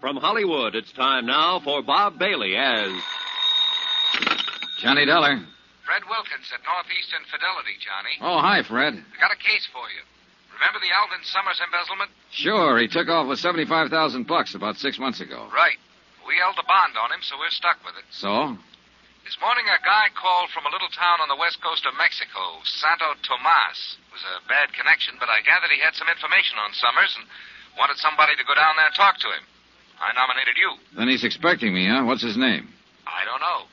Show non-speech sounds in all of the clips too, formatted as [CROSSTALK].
From Hollywood, it's time now for Bob Bailey as. Johnny Deller. Fred Wilkins at Northeast Infidelity, Johnny. Oh, hi, Fred. I got a case for you. Remember the Alvin Summers embezzlement? Sure, he took off with 75,000 bucks about six months ago. Right. We held the bond on him, so we're stuck with it. So? This morning, a guy called from a little town on the west coast of Mexico, Santo Tomas. It was a bad connection, but I gathered he had some information on Summers and wanted somebody to go down there and talk to him. I nominated you. Then he's expecting me, huh? What's his name? I don't know.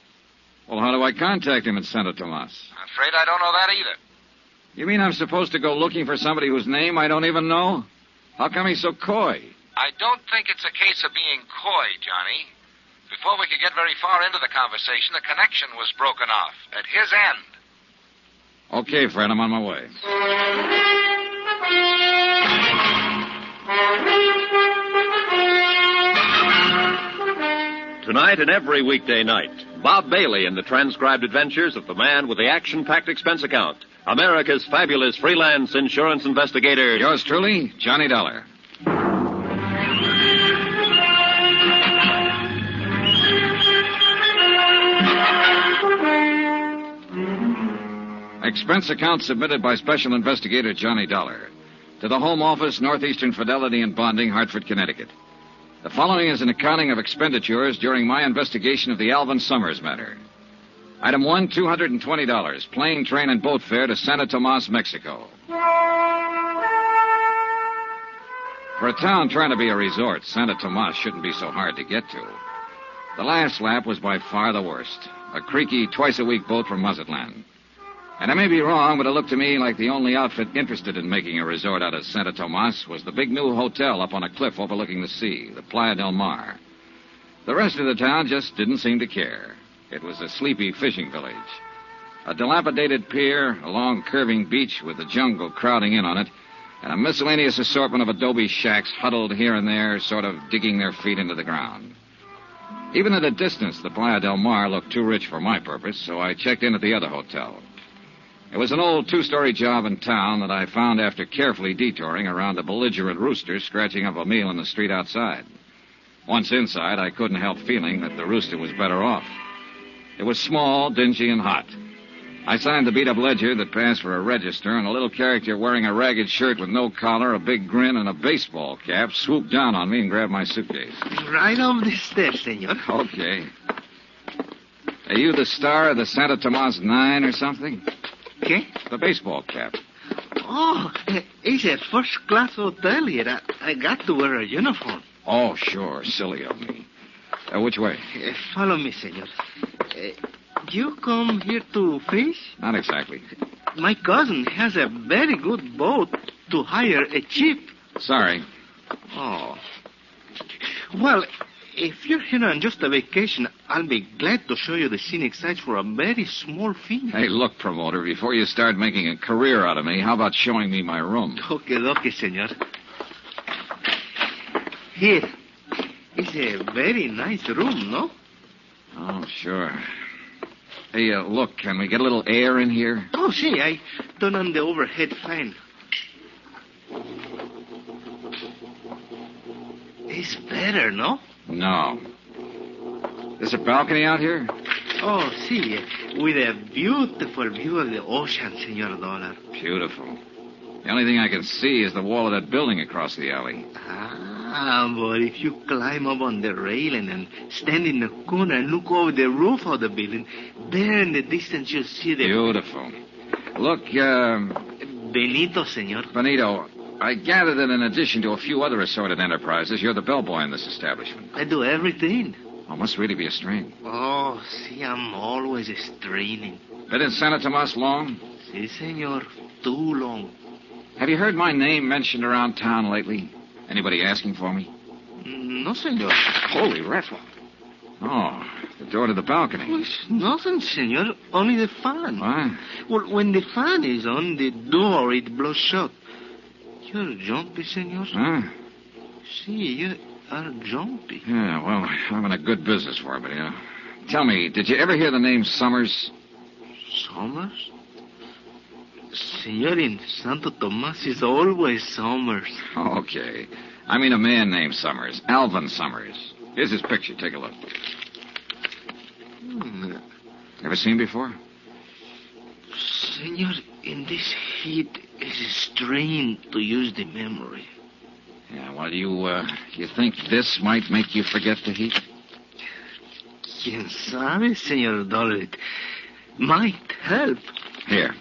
Well, how do I contact him at Santo Tomas? I'm afraid I don't know that either. You mean I'm supposed to go looking for somebody whose name I don't even know? How come he's so coy? I don't think it's a case of being coy, Johnny. Before we could get very far into the conversation, the connection was broken off at his end. Okay, Fred, I'm on my way. Tonight and every weekday night, Bob Bailey in the transcribed adventures of the man with the action packed expense account, America's fabulous freelance insurance investigator. Yours truly, Johnny Dollar. Expense account submitted by Special Investigator Johnny Dollar to the Home Office, Northeastern Fidelity and Bonding, Hartford, Connecticut. The following is an accounting of expenditures during my investigation of the Alvin Summers matter. Item 1, $220, plane, train, and boat fare to Santa Tomas, Mexico. For a town trying to be a resort, Santa Tomas shouldn't be so hard to get to. The last lap was by far the worst. A creaky, twice a week boat from Mazatlan. And I may be wrong, but it looked to me like the only outfit interested in making a resort out of Santa Tomas was the big new hotel up on a cliff overlooking the sea, the Playa del Mar. The rest of the town just didn't seem to care. It was a sleepy fishing village. A dilapidated pier, a long curving beach with the jungle crowding in on it, and a miscellaneous assortment of adobe shacks huddled here and there, sort of digging their feet into the ground. Even at a distance, the Playa del Mar looked too rich for my purpose, so I checked in at the other hotel. It was an old two story job in town that I found after carefully detouring around a belligerent rooster scratching up a meal in the street outside. Once inside, I couldn't help feeling that the rooster was better off. It was small, dingy, and hot. I signed the beat up ledger that passed for a register, and a little character wearing a ragged shirt with no collar, a big grin, and a baseball cap swooped down on me and grabbed my suitcase. [LAUGHS] Right over the stairs, senor. Okay. Are you the star of the Santa Tomas Nine or something? Okay. The baseball cap. Oh, eh, it's a first class hotel here. I, I got to wear a uniform. Oh, sure. Silly of me. Uh, which way? Eh, follow me, senor. Eh, you come here to fish? Not exactly. My cousin has a very good boat to hire a ship. Sorry. Oh. Well, if you're here on just a vacation, I'll be glad to show you the scenic sights for a very small fee. Hey, look, promoter, before you start making a career out of me, how about showing me my room? Okay, okay, senor. Here. It's a very nice room, no? Oh, sure. Hey, uh, look, can we get a little air in here? Oh, see, I turn on the overhead fan. It's better, no? No. There's a balcony out here? Oh, see, with a beautiful view of the ocean, Senor Dollar. Beautiful. The only thing I can see is the wall of that building across the alley. Ah, but if you climb up on the railing and stand in the corner and look over the roof of the building, there in the distance you'll see the... Beautiful. Look, um, Benito, senor. Benito, I gather that in addition to a few other assorted enterprises, you're the bellboy in this establishment. I do everything. Oh, must really be a strain. Oh, see, I'm always straining. Been in Santa Tomas long? See, senor, too long. Have you heard my name mentioned around town lately? Anybody asking for me? No, senor. Holy raffle. Oh, the door to the balcony. It's nothing, senor. Only the fan. Why? Well, when the fan is on, the door it blows shut. You're jumpy, senor. Huh? See, you are jumpy. Yeah, well, I'm in a good business for it, but, you know. Tell me, did you ever hear the name Summers? Summers? Senor in Santo Tomas is always Summers. Okay. I mean a man named Summers, Alvin Summers. Here's his picture. Take a look. Hmm. Ever seen before? Senor, in this heat, it is strained to use the memory. Yeah. Well, you uh, you think this might make you forget the heat? Quien sabe, Senor Dolit? Might help. Here.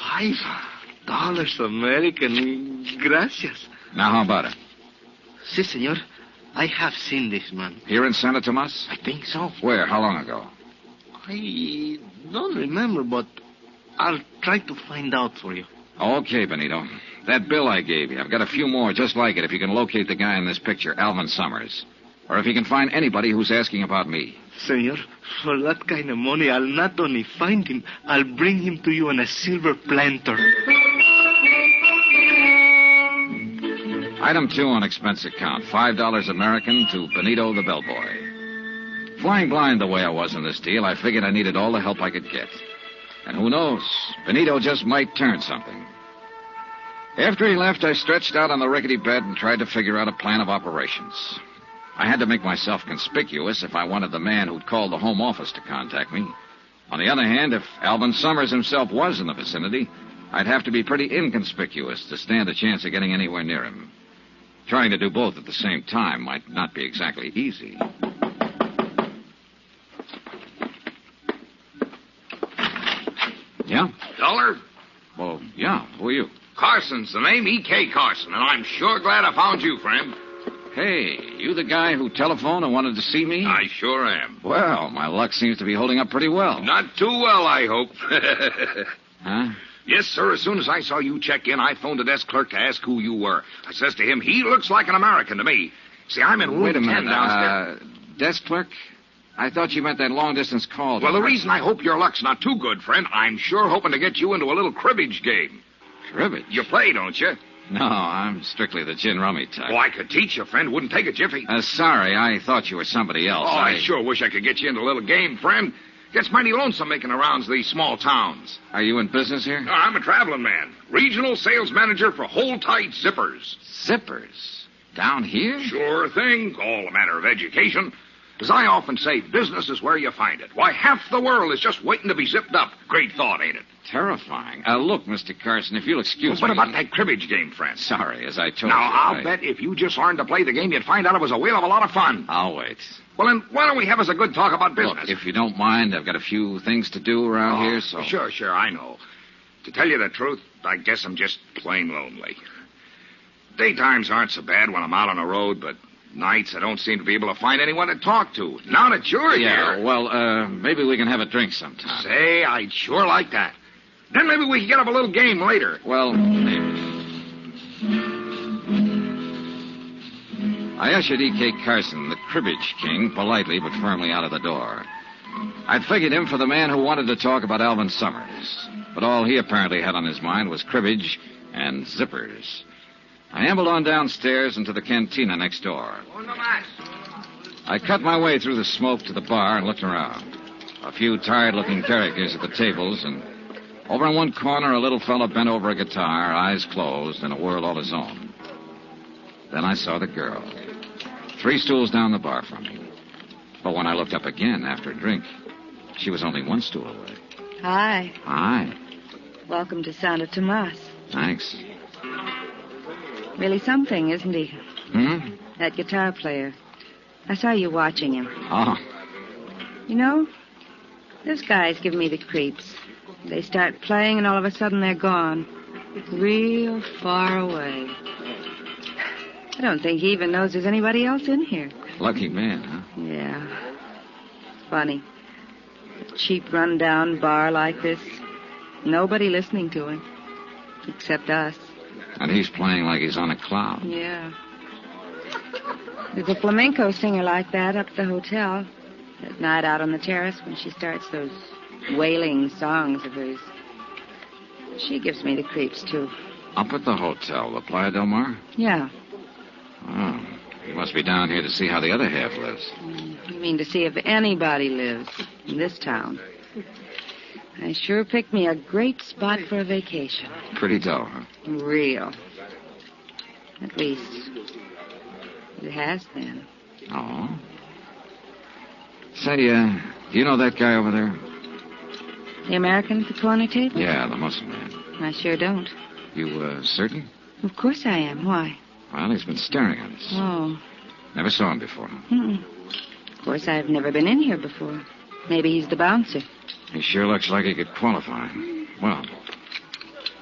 Five dollars American. Gracias. Now, how about it? Si, senor. I have seen this man. Here in Santa Tomas? I think so. Where? How long ago? I don't remember, but I'll try to find out for you. Okay, Benito. That bill I gave you, I've got a few more just like it if you can locate the guy in this picture, Alvin Summers. Or if you can find anybody who's asking about me. Senor, for that kind of money, I'll not only find him, I'll bring him to you on a silver planter. Item two on expense account $5 American to Benito the bellboy. Flying blind the way I was in this deal, I figured I needed all the help I could get. And who knows? Benito just might turn something. After he left, I stretched out on the rickety bed and tried to figure out a plan of operations. I had to make myself conspicuous if I wanted the man who'd called the home office to contact me. On the other hand, if Alvin Summers himself was in the vicinity, I'd have to be pretty inconspicuous to stand a chance of getting anywhere near him. Trying to do both at the same time might not be exactly easy. Yeah? Dollar? Well, yeah. Who are you? Carson's the name, E.K. Carson, and I'm sure glad I found you, friend. Hey, you the guy who telephoned and wanted to see me? I sure am. Well, my luck seems to be holding up pretty well. Not too well, I hope. [LAUGHS] Huh? yes, sir, as soon as I saw you check in, I phoned the desk clerk to ask who you were. I says to him, he looks like an American to me. See, I'm in room Wait a 10 minute. downstairs. Uh, desk clerk? I thought you meant that long distance call. well, the reason I hope your luck's not too good, friend, I'm sure hoping to get you into a little cribbage game. Cribbage? You play, don't you? No, I'm strictly the gin rummy type. Oh, I could teach you, friend. Wouldn't take a jiffy. Uh, sorry, I thought you were somebody Oh, else. I sure wish I could get you into a little game, friend. Gets mighty lonesome making the rounds of these small towns. Are you in business here? No, I'm a traveling man, regional sales manager for Hold Tight Zippers. Zippers. Down here? Sure thing, all a matter of education. As I often say, business is where you find it. Why, half the world is just waiting to be zipped up. Great thought, ain't it? Terrifying. Uh, look, Mr. Carson, if you'll excuse what me. about that cribbage game, friends? Sorry, as I told Now, you. I'll I- bet if you just learned to play the game, you'd find out it was a whale of a lot of fun. I'll wait. Well, then, why don't we have us a good talk about business? Look, if you don't mind, I've got a few things to do around Oh, here, so. Sure, sure, I know. To tell you the truth, I guess I'm just plain lonely. Daytimes aren't so bad when I'm out on the road, but nights I don't seem to be able to find anyone to talk to. Now that you're Yeah, here. well, uh, maybe we can have a drink sometime. Say, I'd sure like that. Then maybe we can get up a little game later. Well, maybe. I ushered E.K. Carson, the cribbage king, politely but firmly out of the door. I'd figured him for the man who wanted to talk about Alvin Summers, but all he apparently had on his mind was cribbage and zippers. I ambled on downstairs into the cantina next door. I cut my way through the smoke to the bar and looked around. A few tired looking characters at the tables, and over in one corner, a little fellow bent over a guitar, eyes closed, in a whirl all his own. Then I saw the girl, three stools down the bar from me. But when I looked up again after a drink, she was only one stool away. Hi. Aye, Welcome to Santa Tomas. thanks. Really something, isn't he? Hmm? That guitar player. I saw you watching him. Oh, You know, those guys give me the creeps. They start playing and all of a sudden they're gone. Real far away. I don't think he even knows there's anybody else in here. lucky man, huh? Yeah. Funny. A cheap rundown bar like this. Nobody listening to him. Except us. And he's playing like he's on a cloud. Yeah. There's a flamenco singer like that up at the hotel. At night out on the terrace when she starts those wailing songs of hers. She gives me the creeps, too. Up at the hotel, La Playa Del Mar? Yeah. Oh, he must be down here to see how the other half lives. You mean to see if anybody lives in this town? I sure picked me a great spot for a vacation. Pretty dull, huh? Real. At least, it has been. Oh. Say, uh, do you know that guy over there? The American at the corner table? Yeah, the muscle man. I sure don't. You, uh, certain? Of course I am. Why? Well, he's been staring at us. Oh, Never saw him before. mm-mm. of course I've never been in here before. Maybe he's the bouncer. He sure looks like he could qualify. Well,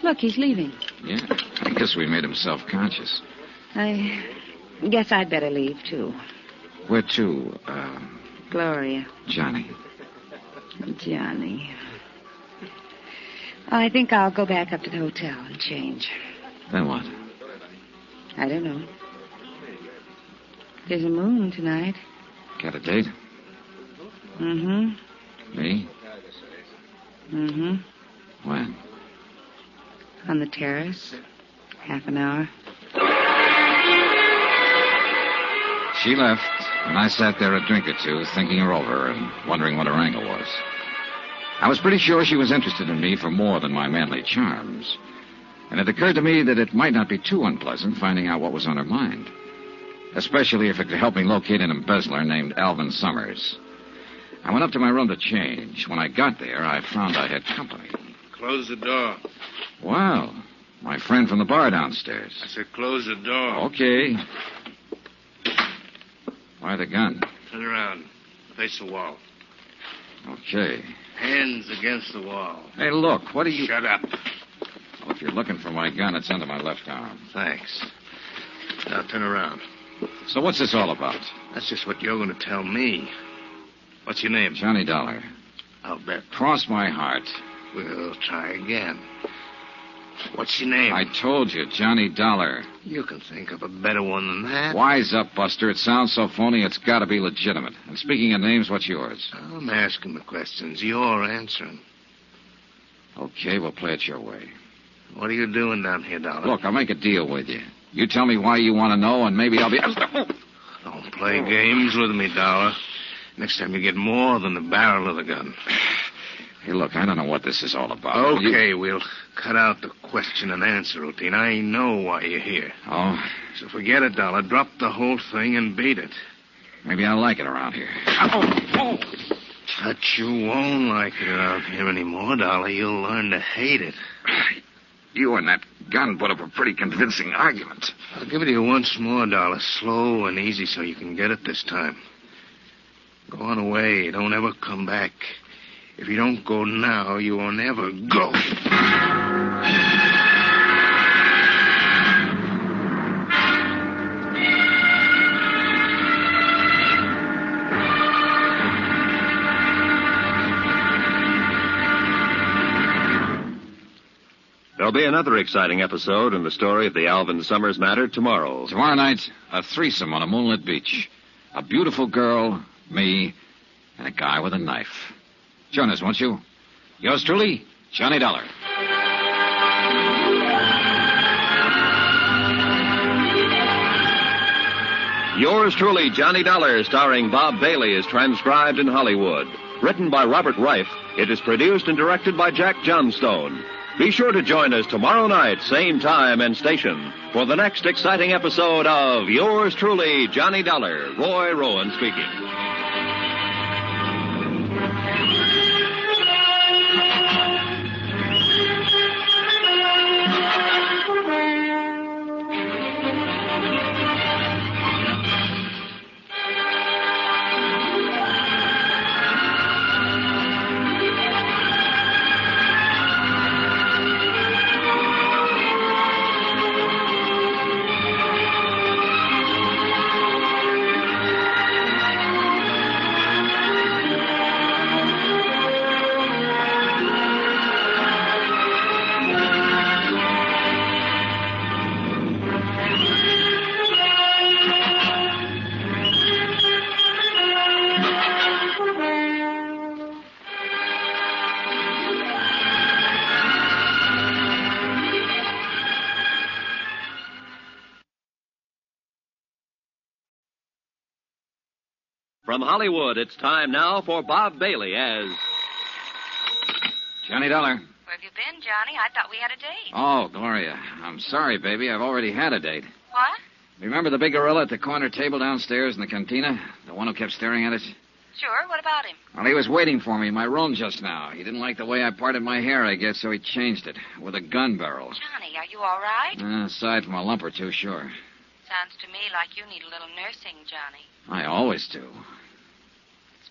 Look, he's leaving. yeah, I guess we made him self-conscious. I guess I'd better leave, too. Where to, uh, Gloria, Johnny? Johnny. I think I'll go back up to the hotel and change. Then what? I don't know. There's a moon tonight. Got a date? Mm Me? hmm. Mm hmm. When? On the terrace. Half an hour. She left, and I sat there a drink or two, thinking her over and wondering what her angle was. I was pretty sure she was interested in me for more than my manly charms. And it occurred to me that it might not be too unpleasant finding out what was on her mind. Especially if it could help me locate an embezzler named Alvin Summers. I went up to my room to change. When I got there, I found I had company. Close the door. Well, my friend from the bar downstairs. I said close the door. Okay. Why the gun? Turn around. Face the wall. Okay. Hands against the wall. Hey, look, what are you. Shut up. Well, if you're looking for my gun, it's under my left arm. Thanks. Now turn around. So what's this all about? That's just what you're going to tell me. What's your name? Johnny Dollar. I'll bet. Cross my heart. We'll try again. What's your name? I told you, Johnny Dollar. You can think of a better one than that. Wise up, Buster. It sounds so phony, it's got to be legitimate. And speaking of names, what's yours? I'm asking the questions. You're answering. Okay, we'll play it your way. What are you doing down here, Dollar? Look, I'll make a deal with you. You tell me why you want to know, and maybe I'll be. Don't play games with me, Dollar. Next time you get more than the barrel of the gun. Hey, look, I don't know what this is all about. You- Okay, we'll cut out the question and answer routine. I know why you're here. Oh, So forget it, Dollar. Drop the whole thing and beat it. maybe I like it around here. But you won't like it around here anymore, Dollar. You'll learn to hate it. You and that gun put up a pretty convincing argument. I'll give it to you once more, Dollar. Slow and easy so you can get it this time. Go on away. Don't ever come back. If you don't go now, you won't ever go. There'll be another exciting episode in the story of the Alvin Summers matter tomorrow. Tomorrow night, a threesome on a moonlit beach. A beautiful girl, me, and a guy with a knife. Join us, won't you? Yours truly, Johnny Dollar. Yours truly, Johnny Dollar, starring Bob Bailey, is transcribed in Hollywood. Written by Robert Reif, it is produced and directed by Jack Johnstone. Be sure to join us tomorrow night, same time and station, for the next exciting episode of Yours truly, Johnny Dollar. Roy Rowan speaking. From Hollywood, it's time now for Bob Bailey as. Johnny Dollar. Where have you been, Johnny? I thought we had a date. Oh, Gloria. I'm sorry, baby. I've already had a date. What? Remember the big gorilla at the corner table downstairs in the cantina? The one who kept staring at us? Sure, what about him? Well, he was waiting for me in my room just now. He didn't like the way I parted my hair, I guess, so he changed it with a gun barrel. Johnny, are you all right? Uh, aside from a lump or two, sure. Sounds to me like you need a little nursing, Johnny. I always do. It's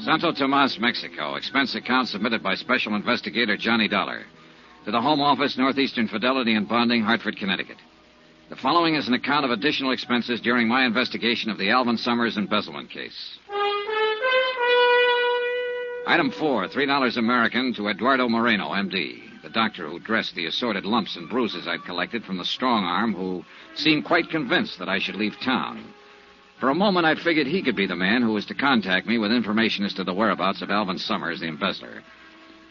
Santo Tomas, Mexico. Expense account submitted by Special Investigator Johnny Dollar to the Home Office, Northeastern Fidelity and Bonding, Hartford, Connecticut. The following is an account of additional expenses during my investigation of the Alvin Summers embezzlement case. Item four, three dollars American to Eduardo Moreno, M.D., the doctor who dressed the assorted lumps and bruises I'd collected from the strong arm, who seemed quite convinced that I should leave town. For a moment, I figured he could be the man who was to contact me with information as to the whereabouts of Alvin Summers, the embezzler.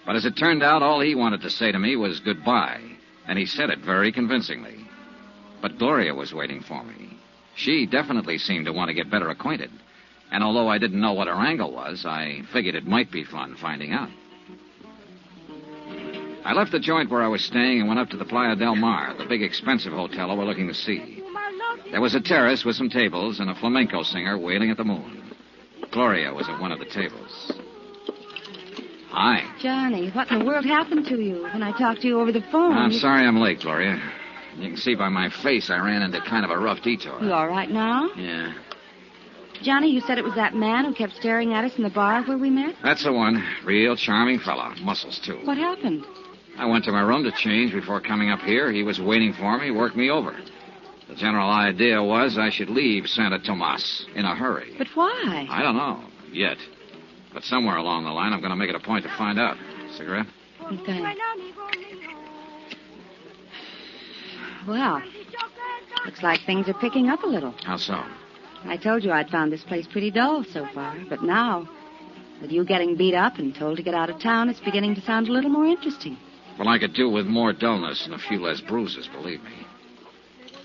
But as it turned out, all he wanted to say to me was goodbye, and he said it very convincingly. But Gloria was waiting for me. She definitely seemed to want to get better acquainted. And although I didn't know what her angle was, I figured it might be fun finding out. I left the joint where I was staying and went up to the Playa del Mar, the big expensive hotel overlooking the sea. There was a terrace with some tables and a flamenco singer wailing at the moon. Gloria was at one of the tables. Hi. Johnny, what in the world happened to you when I talked to you over the phone? I'm You- sorry I'm late, Gloria. You can see by my face I ran into kind of a rough detour. You all right now? Yeah. Johnny, you said it was that man who kept staring at us in the bar where we met? That's the one. Real charming fella. Muscles, too. What happened? I went to my room to change before coming up here. He was waiting for me, worked me over. The general idea was I should leave Santa Tomas in a hurry. But why? I don't know yet. But somewhere along the line, I'm going to make it a point to find out. Cigarette? Thanks. Well, looks like things are picking up a little. How so? I told you I'd found this place pretty dull so far, but now, with you getting beat up and told to get out of town, it's beginning to sound a little more interesting. Well, I could do with more dullness and a few less bruises, believe me.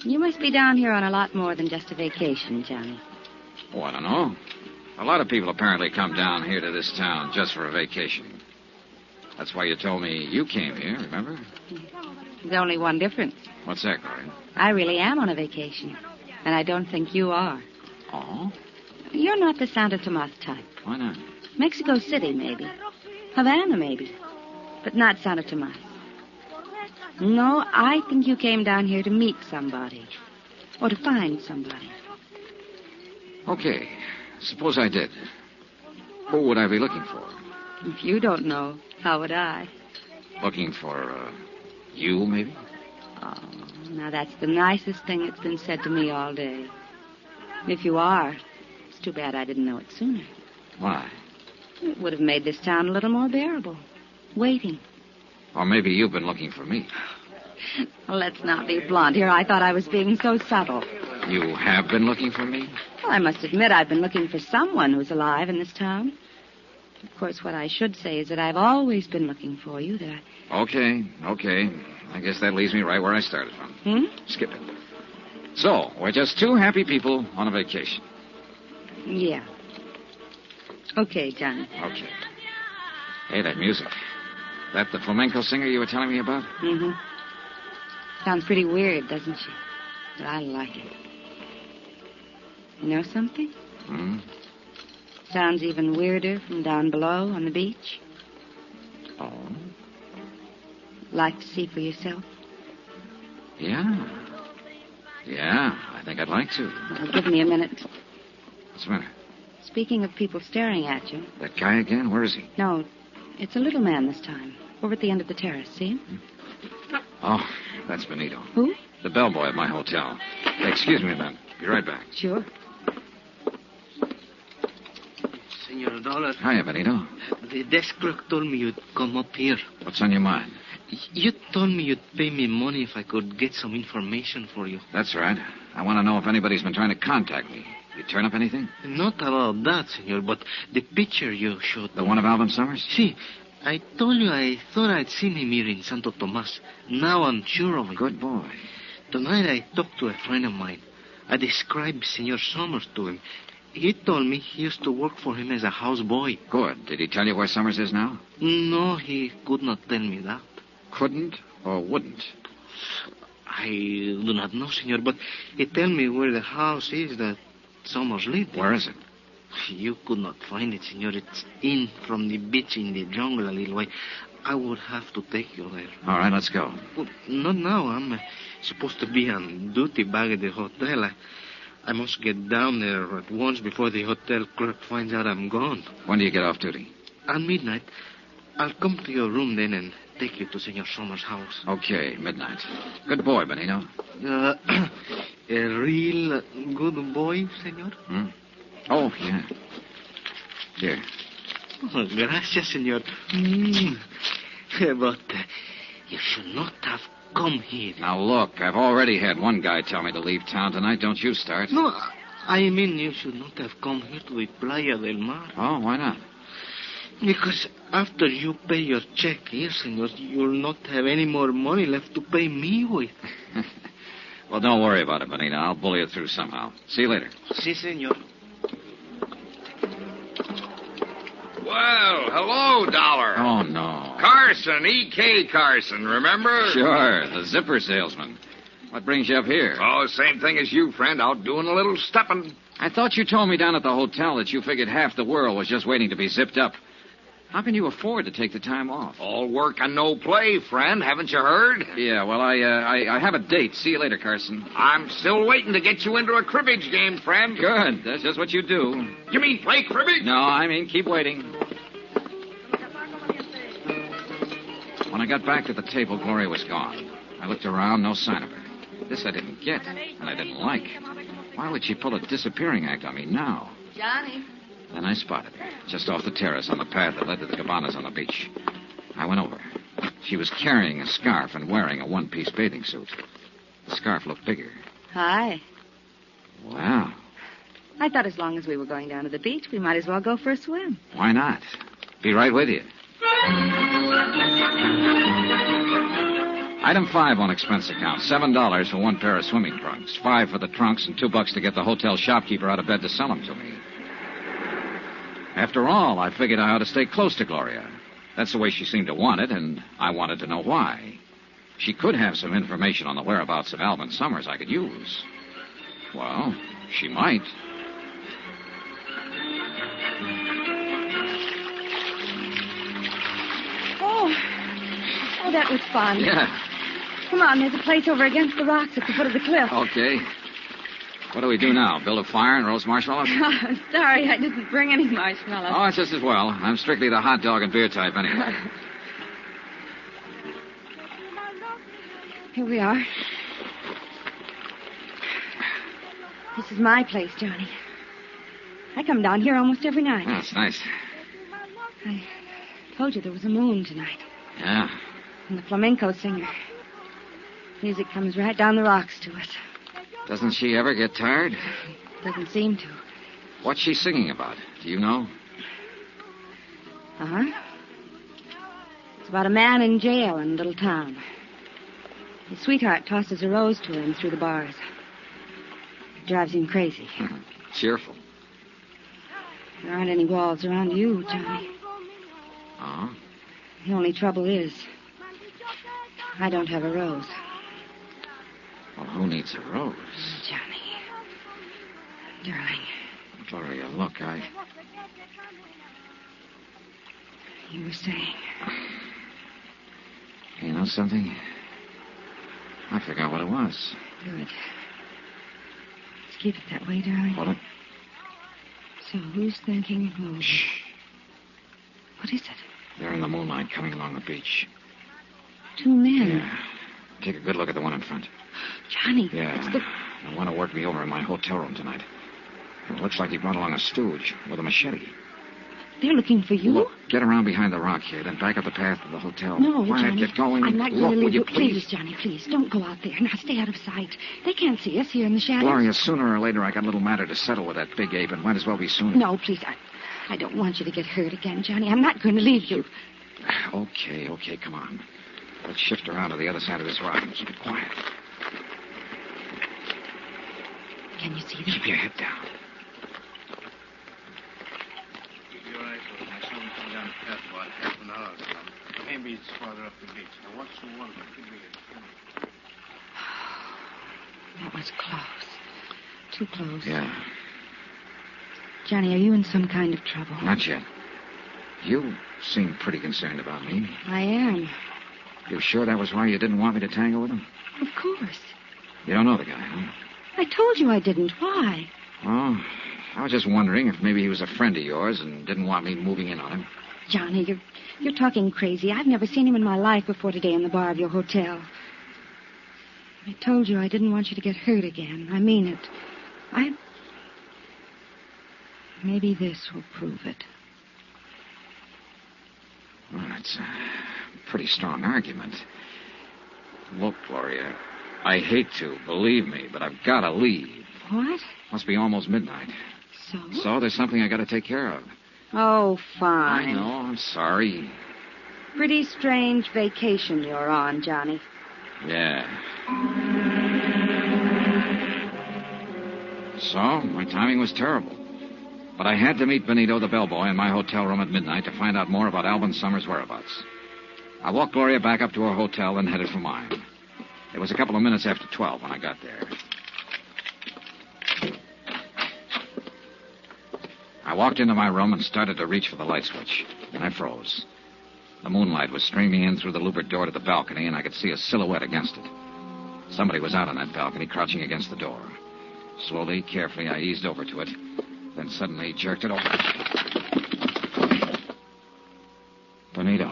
You must be down here on a lot more than just a vacation, Johnny. Oh, I don't know. A lot of people apparently come down here to this town just for a vacation. That's why you told me you came here, remember? There's only one difference. What's that, Gloria? I really am on a vacation, and I don't think you are. Oh? You're not the Santa Tomas type. Why not? Mexico City, maybe. Havana, maybe. But not Santa Tomas. No, I think you came down here to meet somebody. Or to find somebody. Okay. Suppose I did. Who would I be looking for? If you don't know, how would I? Looking for, uh, you, maybe? Oh, now that's the nicest thing that's been said to me all day. If you are, it's too bad I didn't know it sooner. Why? It would have made this town a little more bearable. Waiting. Or maybe you've been looking for me. Let's not be blunt here. I thought I was being so subtle. You have been looking for me? Well, I must admit I've been looking for someone who's alive in this town. Of course, what I should say is that I've always been looking for you. That I. Okay, okay. I guess that leaves me right where I started from. Hmm? Skip it. So, we're just two happy people on a vacation. Yeah. Okay, Johnny. Okay. Hey, that music. That the flamenco singer you were telling me about? Mm-hmm. Sounds pretty weird, doesn't she? But I like it. You know something? Hmm? Sounds even weirder from down below on the beach. Oh? Like to see for yourself? Yeah. Yeah, I think I'd like to. Well, give me a minute. What's the matter? Speaking of people staring at you, That guy again? Where is he? no, it's a little man this time. Over at the end of the terrace, see him? Oh, that's Benito. Who? The bellboy at my hotel. Excuse me, ma'am. Be right back. Sure. Senor Dollar, Hiya, Benito. the desk clerk told me you'd come up here. What's on your mind? You told me you'd pay me money if I could get some information for you. That's right. I want to know if anybody's been trying to contact me. You turn up anything? Not about that, senor, but the picture you showed. The one of Alvin Summers? See, I told you I thought I'd seen him here in Santo Tomas. Now I'm sure of it. Good boy. Tonight I talked to a friend of mine. I described Senor Summers to him. He told me he used to work for him as a houseboy. Good. Did he tell you where Summers is now? No, he could not tell me that. Couldn't or wouldn't? I do not know, senor, but he tell me where the house is that Summers lived in. Where is it? You could not find it, senor. It's in from the beach in the jungle a little way. I would have to take you there. All right, let's go. Well, not now. I'm uh, supposed to be on duty back at the hotel. I, I must get down there at once before the hotel clerk finds out I'm gone. When do you get off duty? At midnight, I'll come to your room then and take you to Senor Somers' house. Okay, midnight. Good boy, Benino. Uh, [CLEARS THROAT] a real good boy, senor? Hmm? Oh, yeah. Here. Oh, gracias, senor. Mm. [LAUGHS] But uh, you should not have come here. Now, look, I've already had one guy tell me to leave town tonight. Don't you start. No, I- I mean you should not have come here to the Playa del Mar. Oh, why not? Because after you pay your check here, senor, you'll not have any more money left to pay me with. [LAUGHS] well, don't worry about it, Benino. I'll bully it through somehow. See you later. Si, senor. Well, hello, Dollar. Oh, no. Carson, E.K. Carson, remember? Sure, the zipper salesman. What brings you up here? Oh, same thing as you, friend, out doing a little stepping. I thought you told me down at the hotel that you figured half the world was just waiting to be zipped up. How can you afford to take the time off? All work and no play, friend, haven't you heard? Yeah, well, I, uh, I, I have a date. See you later, Carson. I'm still waiting to get you into a cribbage game, friend. Good. That's just what you do. You mean play cribbage? No, I mean, keep waiting. When I got back to the table, Gloria was gone. I looked around, no sign of her. This I didn't get, and I didn't like. Why would she pull a disappearing act on me now? Johnny. Then I spotted her, just off the terrace on the path that led to the cabanas on the beach. I went over. She was carrying a scarf and wearing a one piece bathing suit. The scarf looked bigger. Hi. Wow. I thought as long as we were going down to the beach, we might as well go for a swim. Why not? Be right with you. Item five on expense account: seven dollars for one pair of swimming trunks, five for the trunks, and two bucks to get the hotel shopkeeper out of bed to sell them to me. After all, I figured I ought to stay close to Gloria. That's the way she seemed to want it, and I wanted to know why. She could have some information on the whereabouts of Alvin Summers I could use. Well, she might. Oh. Oh, that was fun. Yeah. Come on, there's a place over against the rocks at the foot of the cliff. [LAUGHS] Okay. What do we do now? Build a fire and roast [LAUGHS] marshmallows? I'm Oh, sorry, I didn't bring any marshmallows. Oh, it's just as well. I'm strictly the hot dog and beer type anyway. Here we are. This is my place, Johnny. I come down here almost every night. That's nice. I told you there was a moon tonight, Yeah. and the flamenco singer. Music comes right down the rocks to us. Doesn't she ever get tired? Doesn't seem to. What's she singing about? Do you know? [LAUGHS] Uh huh. It's about a man in jail in a little town. His sweetheart tosses a rose to him through the bars. It drives him crazy. Cheerful. There aren't any walls around you, Johnny. Oh. The only trouble is, I don't have a rose, Well, who needs a rose? Johnny. Darling, Gloria, look, I. you were saying. You know something? I forgot what it was. Good. Let's keep it that way, darling. What it. So who's thinking of who? Shh. What is it? They're in the moonlight coming along the beach. Two men. Yeah. Take a good look at the one in front. Johnny. Yeah. It's the... I want to work me over in my hotel room tonight. It looks like he brought along a stooge with a machete. They're looking for you. Look, get around behind the rock here, then back up the path to the hotel. No, Quiet, Johnny. get going. I'm not Look, going to will leave you Please, Johnny, please. Don't go out there. Now, stay out of sight. They can't see us here in the shadows. Gloria, sooner or later I got a little matter to settle with that big ape, and might as well be soon. No, please. I, I don't want you to get hurt again, Johnny. I'm not going to leave you. [SIGHS] Okay, okay, come on. Let's shift around to the other side of this rock and keep it quiet. Can you see them? Keep your head down. Keep your eyes open. I saw him come down the path about half an hour ago. Maybe it's farther up the beach. Now, what's the one that could be it? [SIGHS] That was close. Too close. Yeah, Johnny, are you in some kind of trouble? not yet. You seem pretty concerned about me. I am. You sure that was why you didn't want me to tangle with him? Of course. You don't know the guy, huh? I told you I didn't. Why? Oh, I was just wondering if maybe he was a friend of yours and didn't want me moving in on him. Johnny, you're, you're talking crazy. I've never seen him in my life before today in the bar of your hotel. I told you I didn't want you to get hurt again. I mean it. I. Maybe this will prove it. Well, that's a pretty strong argument. Look, Gloria, I hate to, believe me, but I've got to leave. What? Must be almost midnight. So? So there's something I got to take care of. Oh, I fine. know, I'm sorry. Pretty strange vacation you're on, Johnny. Yeah. So, my timing was terrible. But I had to meet Benito, the bellboy, in my hotel room at midnight to find out more about Alvin Summers' whereabouts. I walked Gloria back up to her hotel and headed for mine. It was a couple of minutes after 12 when I got there. I walked into my room and started to reach for the light switch, and I froze. The moonlight was streaming in through the louvered door to the balcony, and I could see a silhouette against it. Somebody was out on that balcony, crouching against the door. Slowly, carefully, I eased over to it, then suddenly jerked it open. Benito.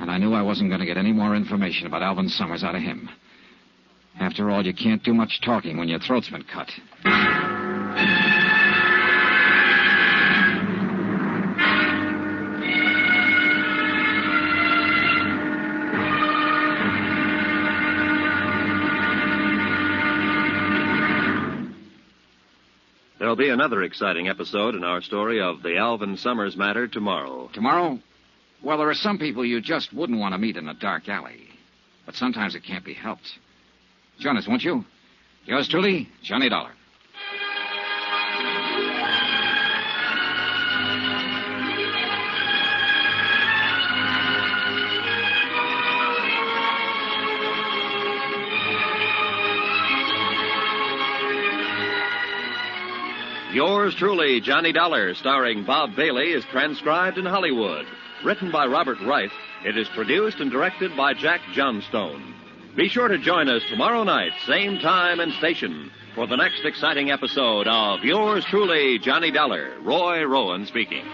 And I knew I wasn't going to get any more information about Alvin Summers out of him. After all, you can't do much talking when your throat's been cut. There'll be another exciting episode in our story of the Alvin Summers matter tomorrow. Tomorrow? Well, there are some people you just wouldn't want to meet in a dark alley. But sometimes it can't be helped. Join us, won't you? Yours truly, Johnny Dollar. Yours truly, Johnny Dollar, starring Bob Bailey, is transcribed in Hollywood. Written by Robert Reif, it is produced and directed by Jack Johnstone. Be sure to join us tomorrow night, same time and station, for the next exciting episode of Yours truly, Johnny Dollar. Roy Rowan speaking.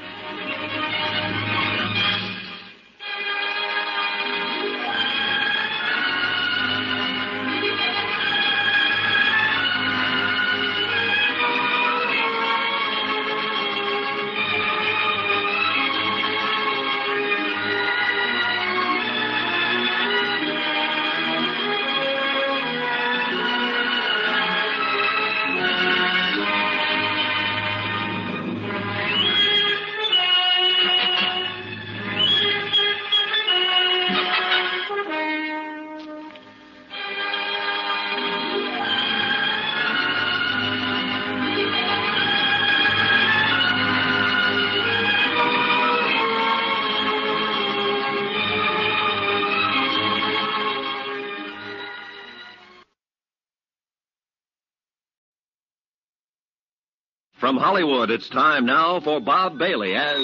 From Hollywood, it's time now for Bob Bailey as.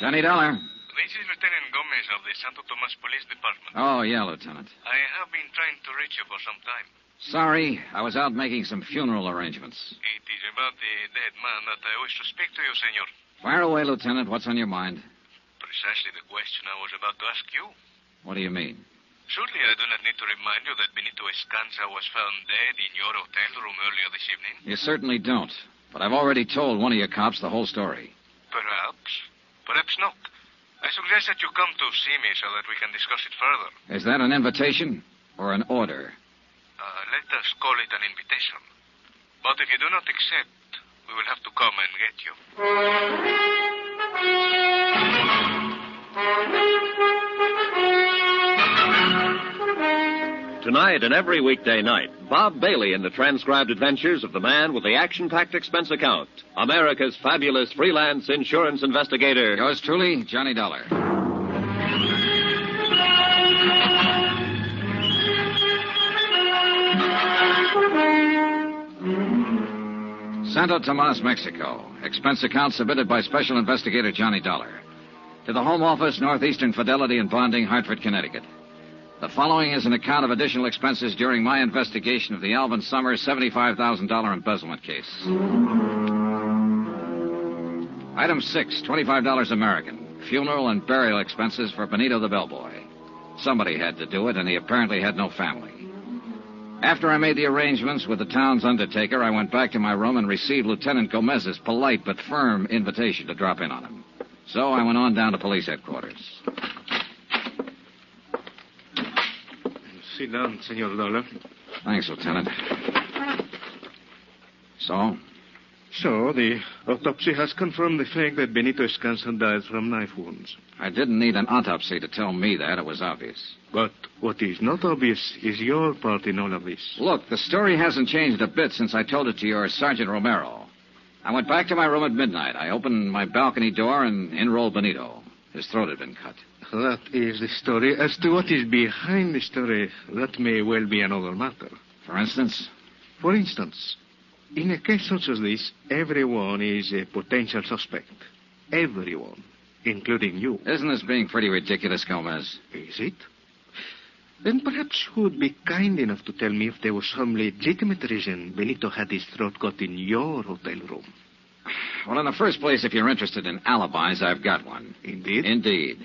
Johnny Dollar. This is Lieutenant Gomez of the Santo Tomas Police Department. Oh, yeah, Lieutenant. I have been trying to reach you for some time. Sorry, I was out making some funeral arrangements. It is about the dead man that I wish to speak to you, senor. Fire away, Lieutenant. What's on your mind? Precisely the question I was about to ask you. What do you mean? Surely I do not need to remind you that Benito Escanza was found dead in your hotel room earlier this evening. You certainly don't. But I've already told one of your cops the whole story. Perhaps. Perhaps not. I suggest that you come to see me so that we can discuss it further. Is that an invitation or an order? Uh, let us call it an invitation. But if you do not accept, we will have to come and get you. Tonight and every weekday night, Bob Bailey in the transcribed adventures of the man with the action packed expense account, America's fabulous freelance insurance investigator. Yours truly, Johnny Dollar. Santo Tomas, Mexico. Expense account submitted by Special Investigator Johnny Dollar. To the Home Office, Northeastern Fidelity and Bonding, Hartford, Connecticut. The following is an account of additional expenses during my investigation of the Alvin Summers $75,000 embezzlement case. Item 6, $25 American. Funeral and burial expenses for Benito the bellboy. Somebody had to do it, and he apparently had no family. After I made the arrangements with the town's undertaker, I went back to my room and received Lieutenant Gomez's polite but firm invitation to drop in on him. So I went on down to police headquarters. Sit down, Senor Dollar. Thanks, Lieutenant. So? So, the autopsy has confirmed the fact that Benito Escanza died from knife wounds. I didn't need an autopsy to tell me that. It was obvious. But what is not obvious is your part in all of this. Look, the story hasn't changed a bit since I told it to your Sergeant Romero. I went back to my room at midnight. I opened my balcony door and in rolled Benito. His throat had been cut. That is the story. As to what is behind the story, that may well be another matter. For instance? For instance, in a case such as this, everyone is a potential suspect. Everyone, including you. Isn't this being pretty ridiculous, Gomez? Is it? Then perhaps you would be kind enough to tell me if there was some legitimate reason Benito had his throat cut in your hotel room. Well, in the first place, if you're interested in alibis, I've got one. Indeed. Indeed.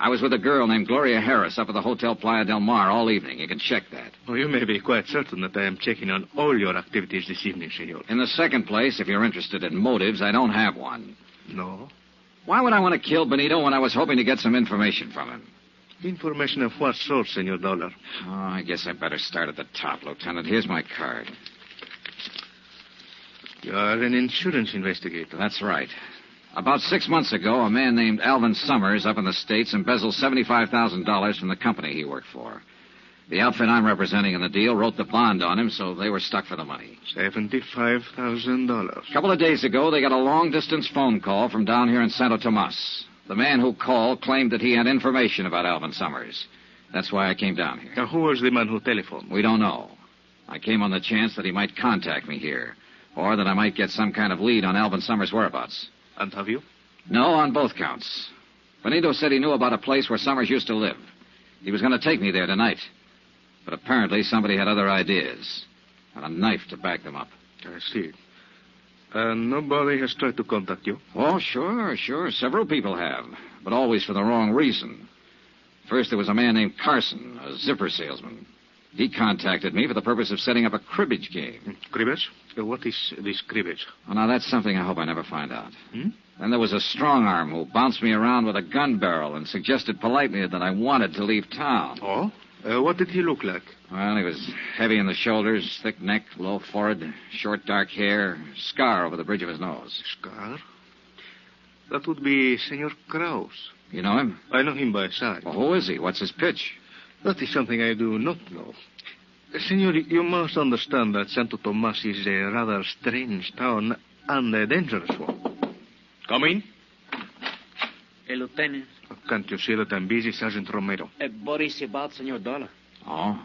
I was with a girl named Gloria Harris up at the Hotel Playa del Mar all evening. You can check that. Oh, you may be quite certain that I am checking on all your activities this evening, senor. In the second place, if you're interested in motives, I don't have one. No. Why would I want to kill Benito when I was hoping to get some information from him? Information of what sort, senor Dollar? Oh, I guess I better start at the top, Lieutenant. Here's my card. You are an insurance investigator. That's right. About six months ago, a man named Alvin Summers up in the States embezzled $75,000 from the company he worked for. The outfit I'm representing in the deal wrote the bond on him, so they were stuck for the money. $75,000. A couple of days ago, they got a long distance phone call from down here in Santo Tomas. The man who called claimed that he had information about Alvin Summers. That's why I came down here. Now, who was the man who telephoned? We don't know. I came on the chance that he might contact me here, or that I might get some kind of lead on Alvin Summers' whereabouts. And have you? No, on both counts. Benito said he knew about a place where Summers used to live. He was going to take me there tonight. But apparently somebody had other ideas and a knife to back them up. I see. And nobody has tried to contact you? Oh, sure, sure. Several people have, but always for the wrong reason. First, there was a man named Carson, a zipper salesman. He contacted me for the purpose of setting up a cribbage game. Cribbage? Uh, What is this cribbage? Well, Oh, now, that's something I hope I never find out. Hmm? Then there was a strong arm who bounced me around with a gun barrel and suggested politely that I wanted to leave town. Oh? Uh, what did he look like? Well, he was heavy in the shoulders, thick neck, low forehead, short dark hair, scar over the bridge of his nose. Scar? That would be Senor Krause. You know him? I know him by sight. Well, who is he? What's his pitch? That is something I do not know. Uh, Senor, you must understand that Santo Tomas is a rather strange town and a dangerous one. Come in. Hey, Lieutenant, Can't you see that I'm busy, Sergeant Romero? uh, Boris about Senor Dollar. Oh,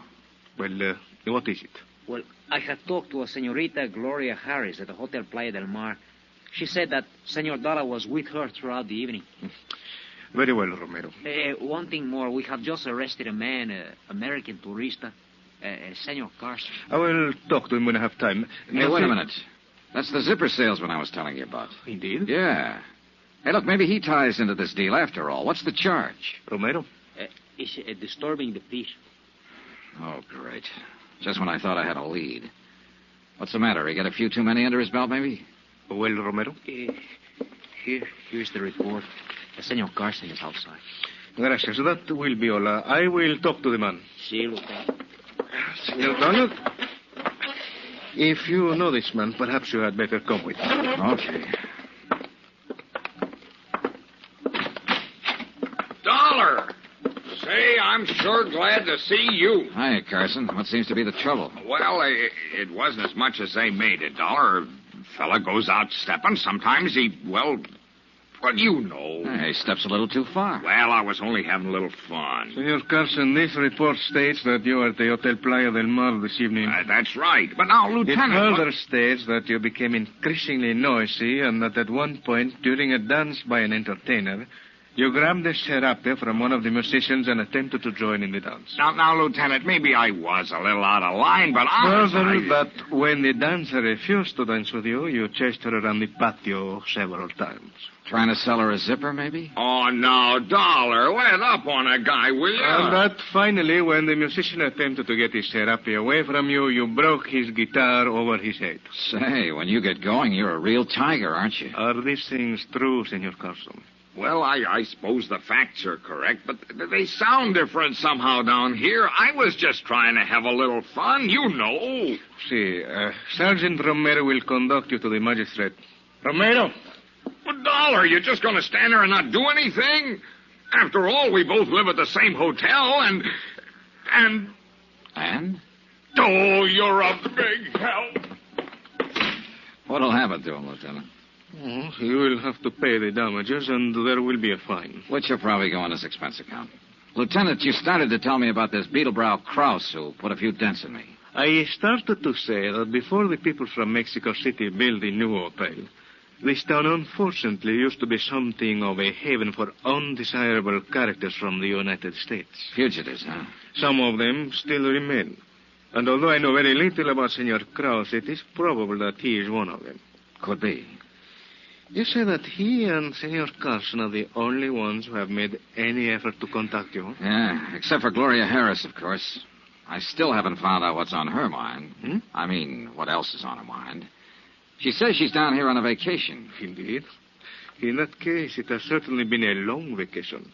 Well, uh, what is it? Well, I have talked to a Senorita Gloria Harris at the Hotel Playa del Mar. She said that Senor Dollar was with her throughout the evening. Very well, Romero. Uh, one thing more, we have just arrested a man, uh, American tourista, uh, uh, Senor Carson. I will talk to him when I have time. hey, wait a minute. That's the zipper salesman I was telling you about. Indeed? Yeah. Hey, look, maybe he ties into this deal after all. What's the charge? Romero? Uh, is uh, disturbing the peace. Oh, great. Just when I thought I had a lead. What's the matter? He got a few too many under his belt, maybe? Well, Romero? Here, here's the report. The Senor Carson is outside. Gracias. That will be all. Uh, I will talk to the man. See, Lieutenant. Senor Donald? If you know this man, perhaps you had better come with me. Okay. Dollar! Say, I'm sure glad to see you. Hiya, Carson. What seems to be the trouble? Well, it, it wasn't as much as they made it, Dollar. A fella goes out stepping. Sometimes he, well, what do you know? Hey, steps a little too far. Well, I was only having a little fun. Senor Carson, this report states that you were at the Hotel Playa del Mar this evening. Uh, that's right. But now, It Lieutenant. further states that you became increasingly noisy and that at one point, during a dance by an entertainer, you grabbed a serape from one of the musicians and attempted to join in the dance. Now, now, Lieutenant, maybe I was a little out of line, but Ah, honest, Further, I... that when the dancer refused to dance with you, you chased her around the patio several times. Trying to sell her a zipper, maybe? Oh, no, Dollar, let up on a guy, will you? And that finally, when the musician attempted to get his serape away from you, you broke his guitar over his head. Say, when you get going, you're a real tiger, aren't you? Are these things true, Senor Carson? Well, I, I suppose the facts are correct, but th- they sound different somehow down here. I was just trying to have a little fun, you know. See, uh, Sergeant Romero will conduct you to the magistrate. Romero! But, Dollar, you're just going to stand there and not do anything? After all, we both live at the same hotel, and. and. And? Oh, you're a big help. What'll happen to him, Lieutenant? Oh, you will have to pay the damages, and there will be a fine. Which will probably go on his expense account. Lieutenant, you started to tell me about this Beetlebrow Krause who put a few dents in me. I started to say that before the people from Mexico City built the new hotel, this town unfortunately used to be something of a haven for undesirable characters from the United States. Fugitives, huh? Some of them still remain. And although I know very little about Senor Krause, it is probable that he is one of them. Could be. You say that he and Senor Carson are the only ones who have made any effort to contact you. Yeah, except for Gloria Harris, of course. I still haven't found out what's on her mind. Hmm? I mean, what else is on her mind. She says she's down here on a vacation. Indeed. In that case, it has certainly been a long vacation.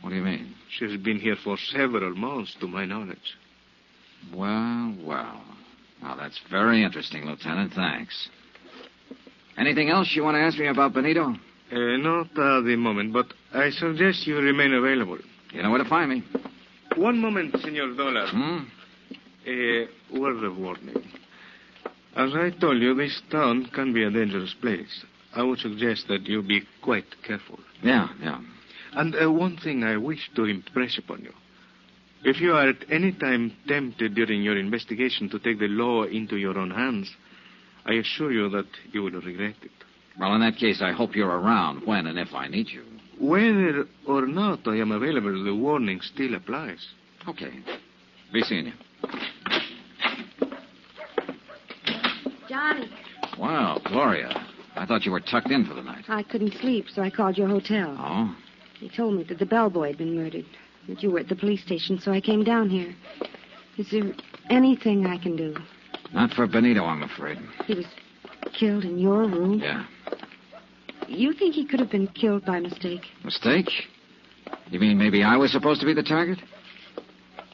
What do you mean? She's been here for several months, to my knowledge. Well, well. Now, that's very interesting, Lieutenant. Thanks. Anything else you want to ask me about Benito? Uh, not at the moment, but I suggest you remain available. You know where to find me. One moment, Senor Dollar. Hmm? A word of warning. As I told you, this town can be a dangerous place. I would suggest that you be quite careful. Yeah, yeah. And uh, one thing I wish to impress upon you. If you are at any time tempted during your investigation to take the law into your own hands, I assure you that you will regret it. Well, in that case, I hope you're around when and if I need you. Whether or not I am available, the warning still applies. Okay. Be seeing you. Johnny, Wow, Gloria. I thought you were tucked in for the night. I couldn't sleep, so I called your hotel. Oh? They told me that the bellboy had been murdered, that you were at the police station, so I came down here. Is there anything I can do? Not for Benito, I'm afraid. He was killed in your room. Yeah. You think he could have been killed by mistake? Mistake? You mean maybe I was supposed to be the target?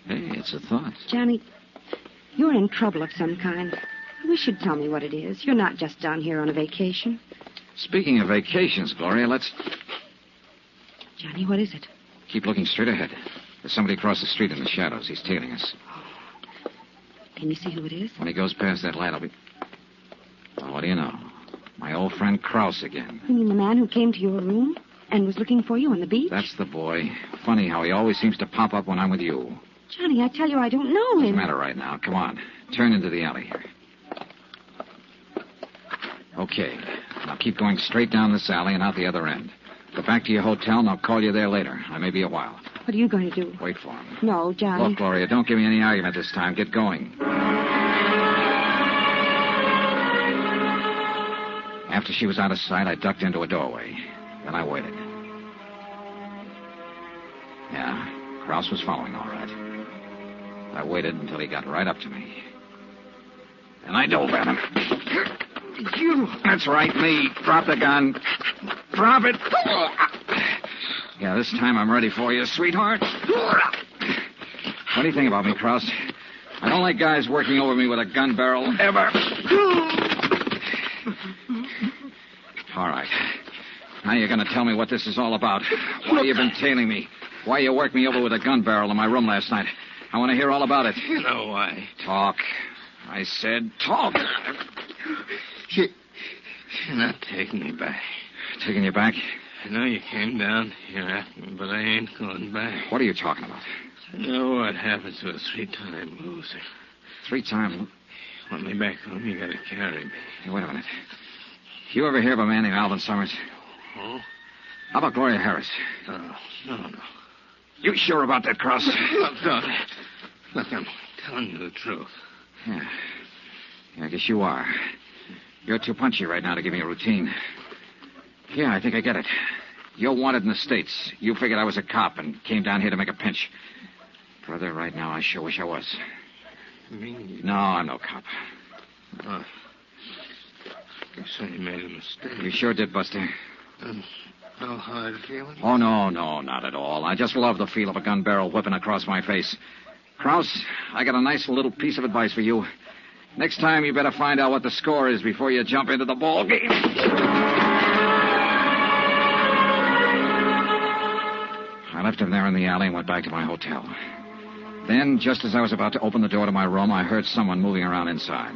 Hey, it's a thought. Johnny, you're in trouble of some kind. I wish you'd tell me what it is. You're not just down here on a vacation. Speaking of vacations, Gloria, let's Johnny, what is it? keep looking straight ahead. There's somebody across the street in the shadows. He's tailing us. Can you see who it is? When he goes past that light, I'll be. Well, what do you know? My old friend Krause again. You mean the man who came to your room and was looking for you on the beach? That's the boy. Funny how he always seems to pop up when I'm with you. Johnny, I tell you, I don't know Doesn't him. matter right now. Come on. Turn into the alley here. Okay. Now keep going straight down this alley and out the other end. Go back to your hotel and I'll call you there later. I may be a while. What are you going to do? Wait for him. No, Johnny. Look, Gloria, don't give me any argument this time. Get going. After she was out of sight, I ducked into a doorway. Then I waited. Yeah, Krause was following all right. I waited until he got right up to me. And I dove at him. You you? That's right, me. Drop the gun. Drop it. Yeah, this time I'm ready for you, sweetheart. What do you think about me, Krause? I don't like guys working over me with a gun barrel ever. All right. Now you're going to tell me what this is all about. Why you've been tailing me. Why you worked me over with a gun barrel in my room last night. I want to hear all about it. You know why? Talk. I said talk. You, you're not taking me back. Taking you back? I know you came down here after me, but I ain't going back. What are you talking about? You know what happens to a three-time loser? Three times. Want me back home? You gotta carry me. Hey, wait a minute. You ever hear of a man named Alvin Summers? Oh? How about Gloria Harris? No, Oh, no, no. You sure about that, [LAUGHS] Cross? Look, Doc. Look, I'm telling you the truth. Yeah. Yeah, I guess you are. You're too punchy right now to give me a routine. Yeah, I think I get it. You're wanted in the States. You figured I was a cop and came down here to make a pinch. Brother, right now, I sure wish I was. You mean you... No, I'm no cop. Oh. Guess I made a mistake. You sure did, Buster. Um, no hard feelings? Oh, no, no, not at all. I just love the feel of a gun barrel whipping across my face. Kraus, I got a nice little piece of advice for you. Next time, you better find out what the score is before you jump into the ball game. I left him there in the alley and went back to my hotel. Then, just as I was about to open the door to my room, I heard someone moving around inside.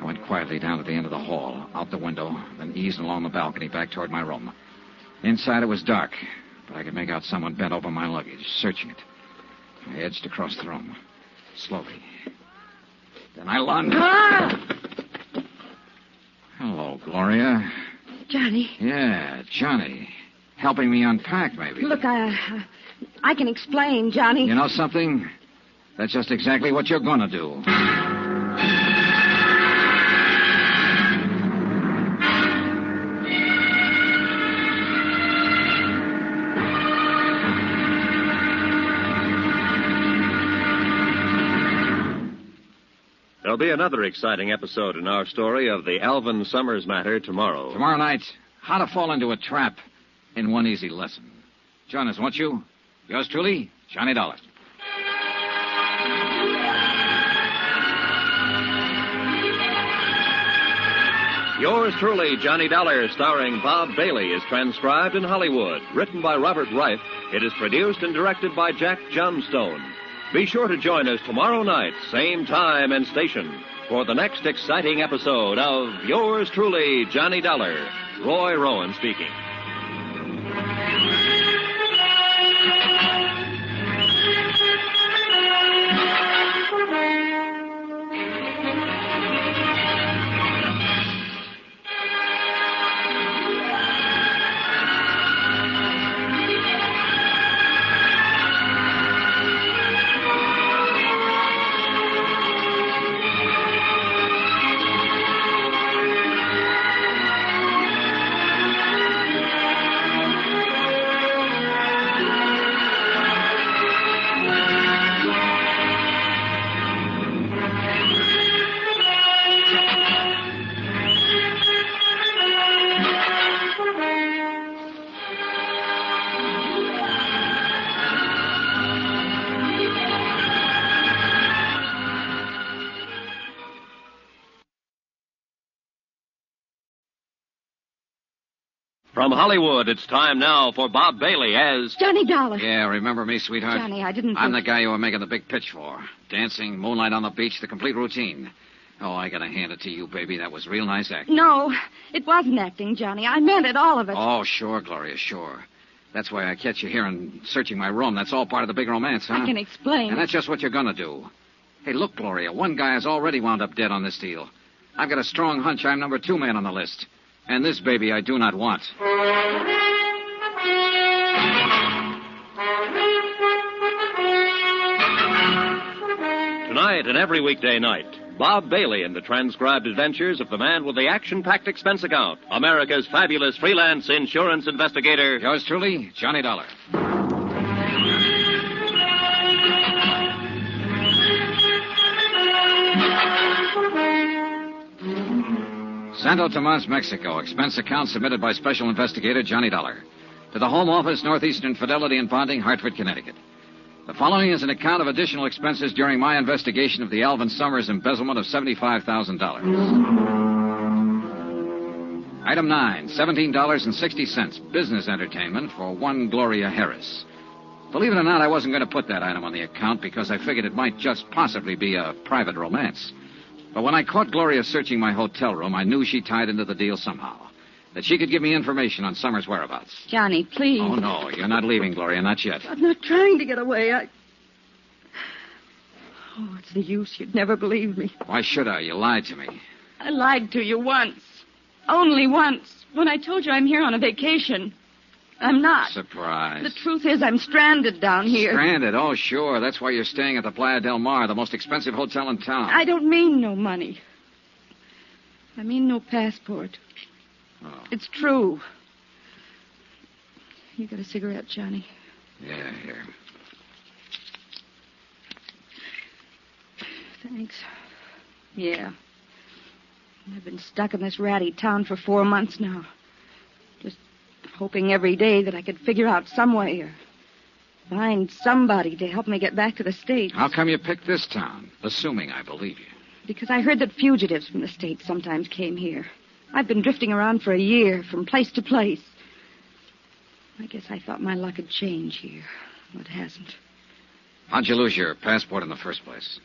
I went quietly down to the end of the hall, out the window, then eased along the balcony back toward my room. Inside it was dark, but I could make out someone bent over my luggage, searching it. I edged across the room, slowly. Then I lunged. Ah! Hello, Gloria. Johnny, Yeah, Johnny. Helping me unpack, maybe. look, I, I can explain, Johnny. You know something? That's just exactly what you're gonna do. There'll be another exciting episode in our story of the Alvin Summers matter tomorrow. Tomorrow night, how to fall into a trap in one easy lesson. Join us, won't you? Yours truly, Johnny Dollar. Yours truly, Johnny Dollar, starring Bob Bailey, is transcribed in Hollywood. Written by Robert Reif, it is produced and directed by Jack Johnstone. Be sure to join us tomorrow night, same time and station, for the next exciting episode of Yours truly, Johnny Dollar. Roy Rowan speaking. From Hollywood, it's time now for Bob Bailey as Johnny Dollar. Yeah, remember me, sweetheart? Johnny, I didn't. I'm the think- guy you were making the big pitch for. Dancing, moonlight on the beach, the complete routine. Oh, I gotta hand it to you, baby. That was real [LAUGHS] nice acting. No, it wasn't acting, Johnny. I meant it, all of it. Oh, sure, Gloria, sure. That's why I catch you here and searching my room. That's all part of the big romance, huh? I can explain. Ah. And that's just what you're gonna do. Hey, look, Gloria, one guy has already wound up dead on this deal. I've got a strong hunch I'm number two man on the list. And this baby I do not want. Tonight and every weekday night, Bob Bailey in the transcribed adventures of the man with the action packed expense account, America's fabulous freelance insurance investigator. Yours truly, Johnny Dollar. Santo Tomas, Mexico. Expense account submitted by Special Investigator Johnny Dollar. To the Home Office, Northeastern Fidelity and Bonding, Hartford, Connecticut. The following is an account of additional expenses during my investigation of the Alvin Summers embezzlement of $75,000. Item 9, $17.60, business entertainment for one Gloria Harris. Believe it or not, I wasn't going to put that item on the account because I figured it might just possibly be a private romance. But when I caught Gloria searching my hotel room, I knew she tied into the deal somehow. That she could give me information on Summer's whereabouts. Johnny, please. Oh, no, you're not leaving, Gloria, not yet. I'm not trying to get away. I. Oh, what's the use? You'd never believe me. Why should I? You lied to me. I lied to you once. Only once. When I told you I'm here on a vacation. I'm not. Surprise. The truth is, I'm stranded down here. Stranded? Oh, sure. That's why you're staying at the Playa del Mar, the most expensive hotel in town. I don't mean no money. I mean no passport. Oh. It's true. You got a cigarette, Johnny? Yeah, here. Thanks. Yeah. I've been stuck in this ratty town for four months now. Just hoping every day that I could figure out some way or find somebody to help me get back to the States. How come you picked this town? Assuming I believe you. Because I heard that fugitives from the States sometimes came here. I've been drifting around for a year, from place to place. I guess I thought my luck would change here. Well, it hasn't. How'd you lose your passport in the first place?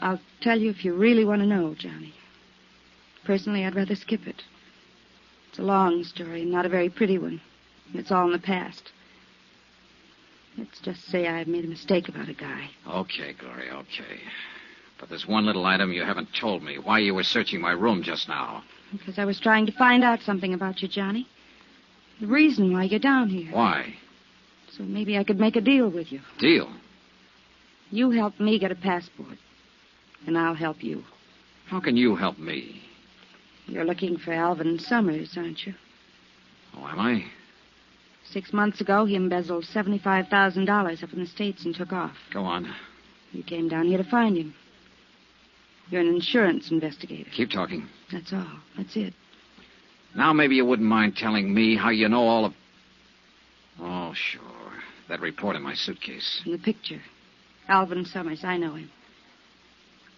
I'll tell you if you really want to know, Johnny. Personally, I'd rather skip it. It's a long story, and not a very pretty one. and It's all in the past. Let's just say I made a mistake about a guy. Okay, Gloria, okay. But there's one little item you haven't told me why you were searching my room just now. Because I was trying to find out something about you, Johnny. The reason why you're down here. Why? So maybe I could make a deal with you. Deal. You help me get a passport, and I'll help you. How can you help me? You're looking for Alvin Summers, aren't you? Oh, am I? Six months ago, he embezzled $75,000 up in the States and took off. Go on. You came down here to find him. You're an insurance investigator. Keep talking. That's all. That's it. Now maybe you wouldn't mind telling me how you know all of. Oh, sure. That report in my suitcase. In the picture. Alvin Summers, I know him.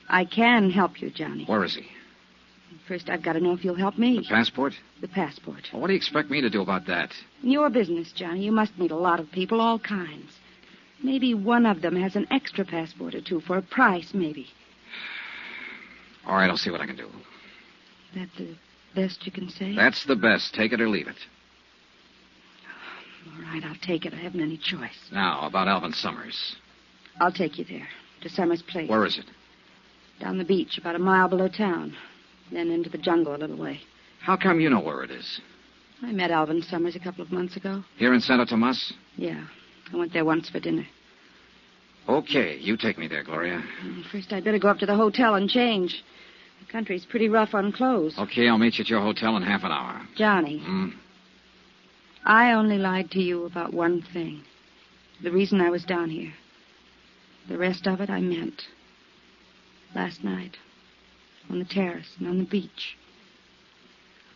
I can help you, Johnny. Where is he? First, I've got to know if you'll help The me. passport? The passport. Well, what do you expect me to do about that? In your business, Johnny, you must meet a lot of people, all kinds. Maybe one of them has an extra passport or two for a price, maybe. All right, I'll see what I can do. That the best you can say? That's the best. Take it or leave it. All right, I'll take it. I haven't any choice. Now, about Alvin Summers. I'll take you there, to Summers' place. Where is it? Down the beach, about a mile below town. Then into the jungle a little way. How come you know where it is? I met Alvin Summers a couple of months ago. Here in Santo Tomas? Yeah. I went there once for dinner. Okay, you take me there, Gloria. First, I'd better go up to the hotel and change. The country's pretty rough on clothes. Okay, I'll meet you at your hotel in half an hour. Johnny, Hmm. I only lied to you about one thing the reason I was down here. The rest of it I meant. Last night, on the terrace and on the beach.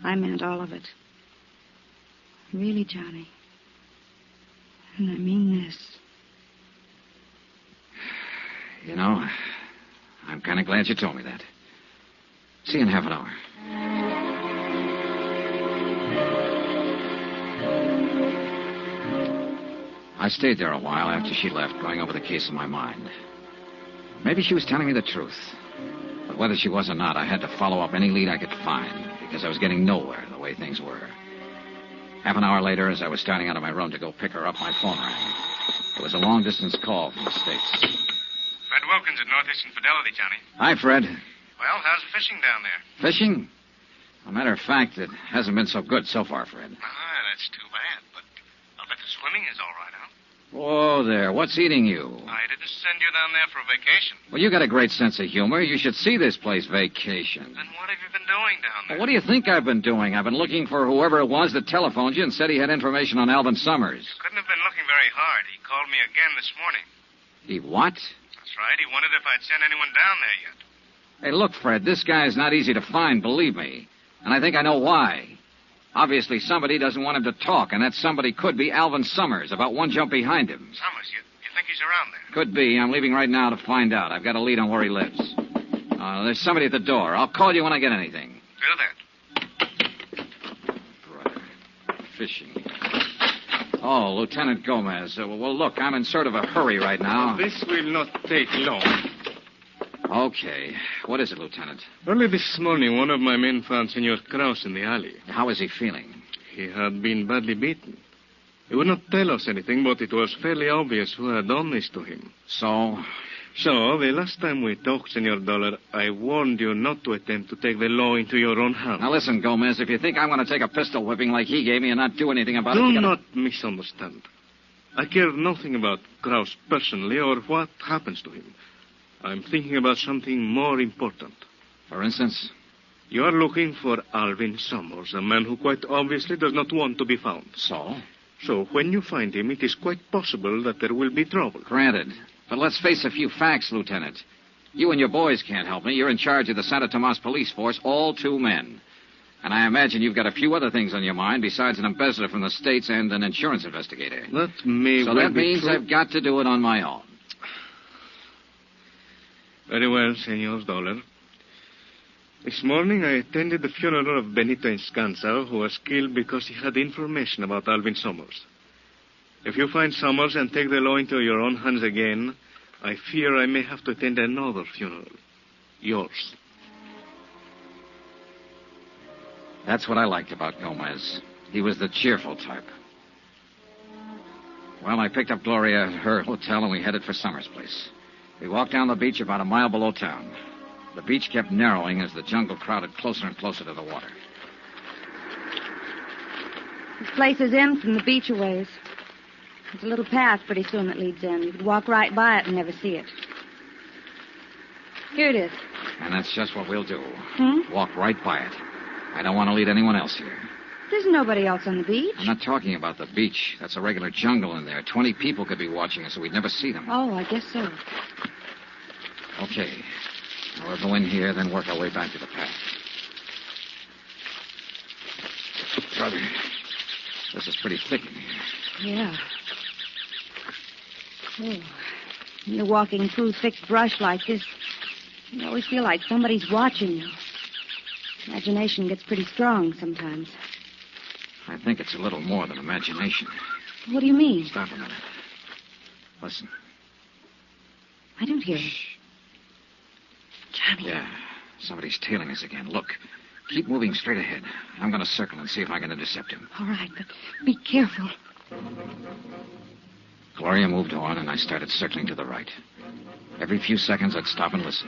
I meant all of it. Really, Johnny. And I mean this. You know, I'm kind of glad you told me that. See you in half an hour. I stayed there a while after she left, going over the case in my mind. Maybe she was telling me the truth. But whether she was or not, I had to follow up any lead I could find because I was getting nowhere the way things were. Half an hour later, as I was starting out of my room to go pick her up, my phone rang. It was a long distance call from the States. Fred Wilkins at Northeastern Fidelity, Johnny. Hi, Fred. Well, how's the fishing down there? Fishing? A matter of fact, it hasn't been so good so far, Fred. Ah, that's too bad, but I'll bet the swimming is all right, huh? Whoa Oh, there, what's eating you? I didn't send you down there for a vacation. Well, you got a great sense of humor. You should see this place, vacation. Then what have you been doing down Well, there? what do you think I've been doing? I've been looking for whoever it was that telephoned you and said he had information on Alvin Summers. Couldn't have been looking very hard. He called me again this morning. He what? That's right. He wondered if I'd sent anyone down there yet. Hey, look, Fred, this guy's not easy to find, believe me. And I think I know why. Obviously, somebody doesn't want him to talk, and that somebody could be Alvin Summers, about one jump behind him. Summers, you, you think he's around there? Could be. I'm leaving right now to find out. I've got a lead on where he lives. Uh, there's somebody at the door. I'll call you when I get anything. Do that. Fishing. Oh, Lieutenant Gomez. Uh, well, look, I'm in sort of a hurry right now. This will not take long. Okay. What is it, Lieutenant? Early this morning, one of my men found Senor Kraus in the alley. How is he feeling? He had been badly beaten. He would not tell us anything, but it was fairly obvious who had done this to him. So, So, the last time we talked, Senor Dollar, I warned you not to attempt to take the law into your own hands. now listen, Gomez, if you think I'm going to take a pistol whipping like he gave me and not do anything about it, Do you're gonna- not misunderstand. I care nothing about Kraus personally or what happens to him. I'm thinking about something more important. For instance, You are looking for Alvin Summers, a man who quite obviously does not want to be found. so? So, when you find him, it is quite possible that there will be trouble. Granted. But let's face a few facts, Lieutenant. You and your boys can't help me. You're in charge of the Santa Tomas police force, all two men. And I imagine you've got a few other things on your mind besides an embezzler from the States and an insurance investigator. That may So well that be means true. I've got to do it on my own. Very well, Senor Dollar. This morning I attended the funeral of Benito Inscanza, who was killed because he had information about Alvin Summers. If you find Summers and take the law into your own hands again, I fear I may have to attend another funeral. Yours. That's what I liked about Gomez. He was the cheerful type. Well, I picked up Gloria at her hotel and we headed for Summers' place. We walked down the beach about a mile below town. The beach kept narrowing as the jungle crowded closer and closer to the water. This place is in from the beach a ways. There's a little path pretty soon that leads in. You could walk right by it and never see it. Here it is. And that's just what we'll do. Hmm? Walk right by it. I don't want to lead anyone else here. There's nobody else on the beach. I'm not talking about the beach. That's a regular jungle in there. Twenty people could be watching us, and we'd never see them. Oh, I guess so. Okay. Now we'll go in here, then work our way back to the path. Brother, this is pretty thick in here. Yeah. Oh. When you're walking through thick brush like this, you always feel like somebody's watching you. Imagination gets pretty strong sometimes. I think it's a little more than imagination. What do you mean? Stop a minute. Listen. I don't hear it. Johnny. Yeah. Somebody's tailing us again. Look. Keep moving straight ahead. I'm going to circle and see if I can intercept him. All right, but be careful. Gloria moved on, and I started circling to the right. Every few seconds, I'd stop and listen.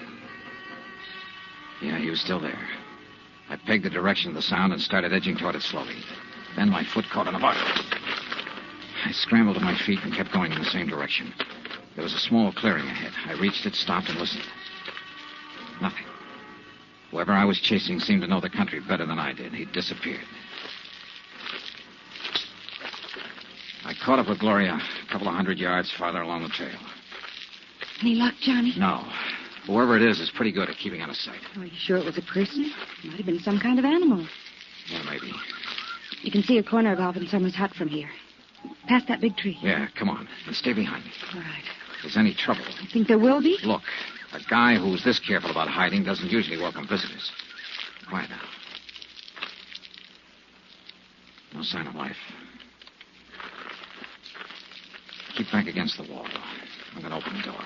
Yeah, he was still there. I pegged the direction of the sound and started edging toward it slowly. Then my foot caught on a bar. I scrambled to my feet and kept going in the same direction. There was a small clearing ahead. I reached it, stopped, and listened. Nothing. Whoever I was chasing seemed to know the country better than I did. He disappeared. I caught up with Gloria a couple of hundred yards farther along the trail. Any luck, Johnny? No. Whoever it is is pretty good at keeping out of sight. Are you sure it was a person? Might have been some kind of animal. Yeah, maybe. You can see a corner of Alvin Summers' hut from here. Past that big tree. Yeah, come on. And stay behind me. All right. If there's any trouble, You think there will be? look. A guy who's this careful about hiding doesn't usually welcome visitors. Quiet now. No sign of life. Keep back against the wall. I'm going to open the door.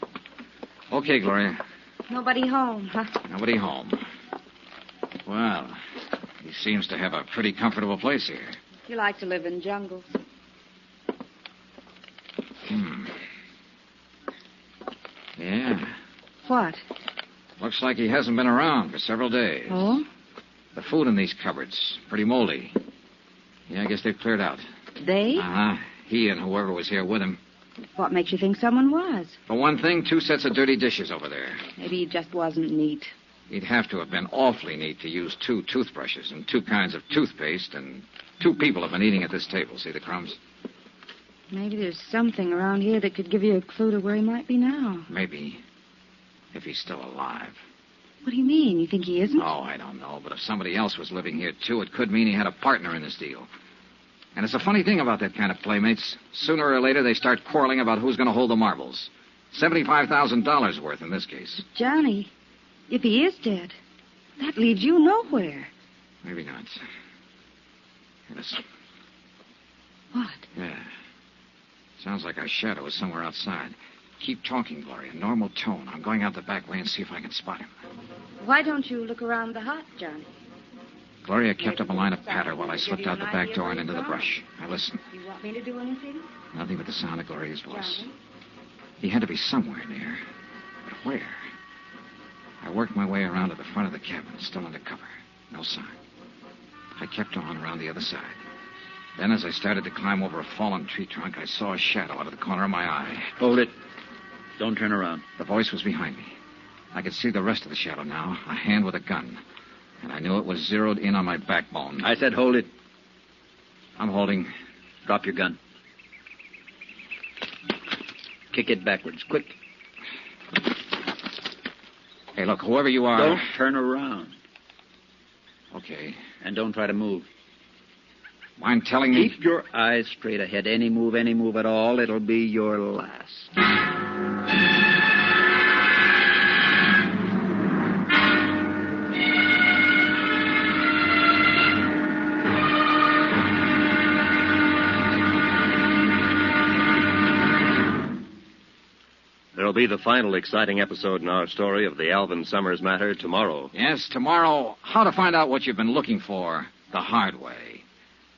Hmm. Okay, Gloria. Nobody home, huh? Nobody home. Well, he seems to have a pretty comfortable place here. You like to live in jungles. Hmm. Yeah. What? Looks like he hasn't been around for several days. Oh? The food in these cupboards, pretty moldy. Yeah, I guess they've cleared out. They? Uh huh. He and whoever was here with him. What makes you think someone was? For one thing, two sets of dirty dishes over there. Maybe he just wasn't neat. He'd have to have been awfully neat to use two toothbrushes and two kinds of toothpaste, and two people have been eating at this table. See the crumbs? Maybe there's something around here that could give you a clue to where he might be now. Maybe. If he's still alive. What do you mean? You think he isn't? Oh, I don't know. But if somebody else was living here, too, it could mean he had a partner in this deal. And it's a funny thing about that kind of playmates. Sooner or later, they start quarreling about who's going to hold the marbles. $75,000 worth in this case. Johnny, if he is dead, that leaves you nowhere. Maybe not. Yes. What? Yeah. Sounds like our shadow is somewhere outside. Keep talking, Gloria. Normal tone. I'm going out the back way and see if I can spot him. Why don't you look around the hut, Johnny? Gloria kept up a line of patter while I slipped out the back door and into the brush. I listened. You want me to do anything? Nothing but the sound of Gloria's voice. He had to be somewhere near. But where? I worked my way around to the front of the cabin, still under cover. No sign. I kept on around the other side. Then, as I started to climb over a fallen tree trunk, I saw a shadow out of the corner of my eye. Hold it. Don't turn around. The voice was behind me. I could see the rest of the shadow now, a hand with a gun. And I knew it was zeroed in on my backbone. I said hold it. I'm holding. Drop your gun. Kick it backwards, quick. Hey, look, whoever you are. Don't turn around. Okay. And don't try to move. Mind telling me? Keep your eyes straight ahead. Any move, any move at all, it'll be your last. There'll be the final exciting episode in our story of the Alvin Summers matter tomorrow. Yes, tomorrow, how to find out what you've been looking for the hard way.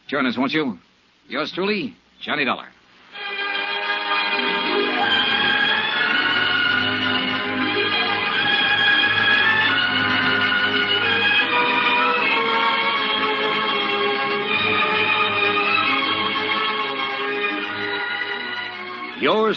Join us, won't you? Yours truly, Johnny Dollar. Yours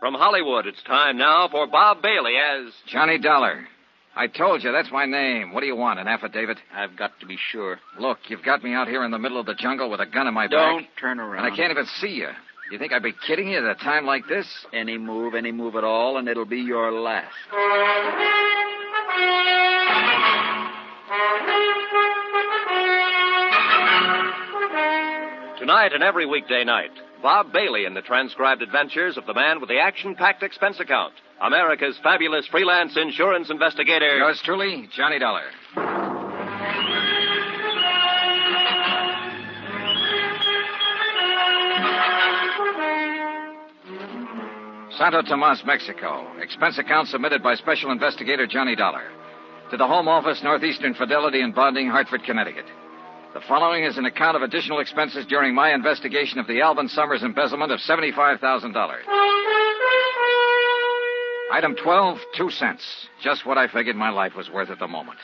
From Hollywood, it's time now for Bob Bailey as Johnny Dollar. I told you, that's my name. What do you want, an affidavit? I've got to be sure. Look, you've got me out here in the middle of the jungle with a gun in my Don't back. turn around. And I can't even see you. You think I'd be kidding you at a time like this? Any move, any move at all, and it'll be your last. Tonight and every weekday night, Bob Bailey in the transcribed adventures of the man with the action packed expense account, America's fabulous freelance insurance investigator. Yours truly, Johnny Dollar. Santo Tomas, Mexico. Expense account submitted by Special Investigator Johnny Dollar. To the Home Office, Northeastern Fidelity and Bonding, Hartford, Connecticut. The following is an account of additional expenses during my investigation of the Alvin Summers embezzlement of $75,000. Item 12, two cents. Just what I figured my life was worth at the moment.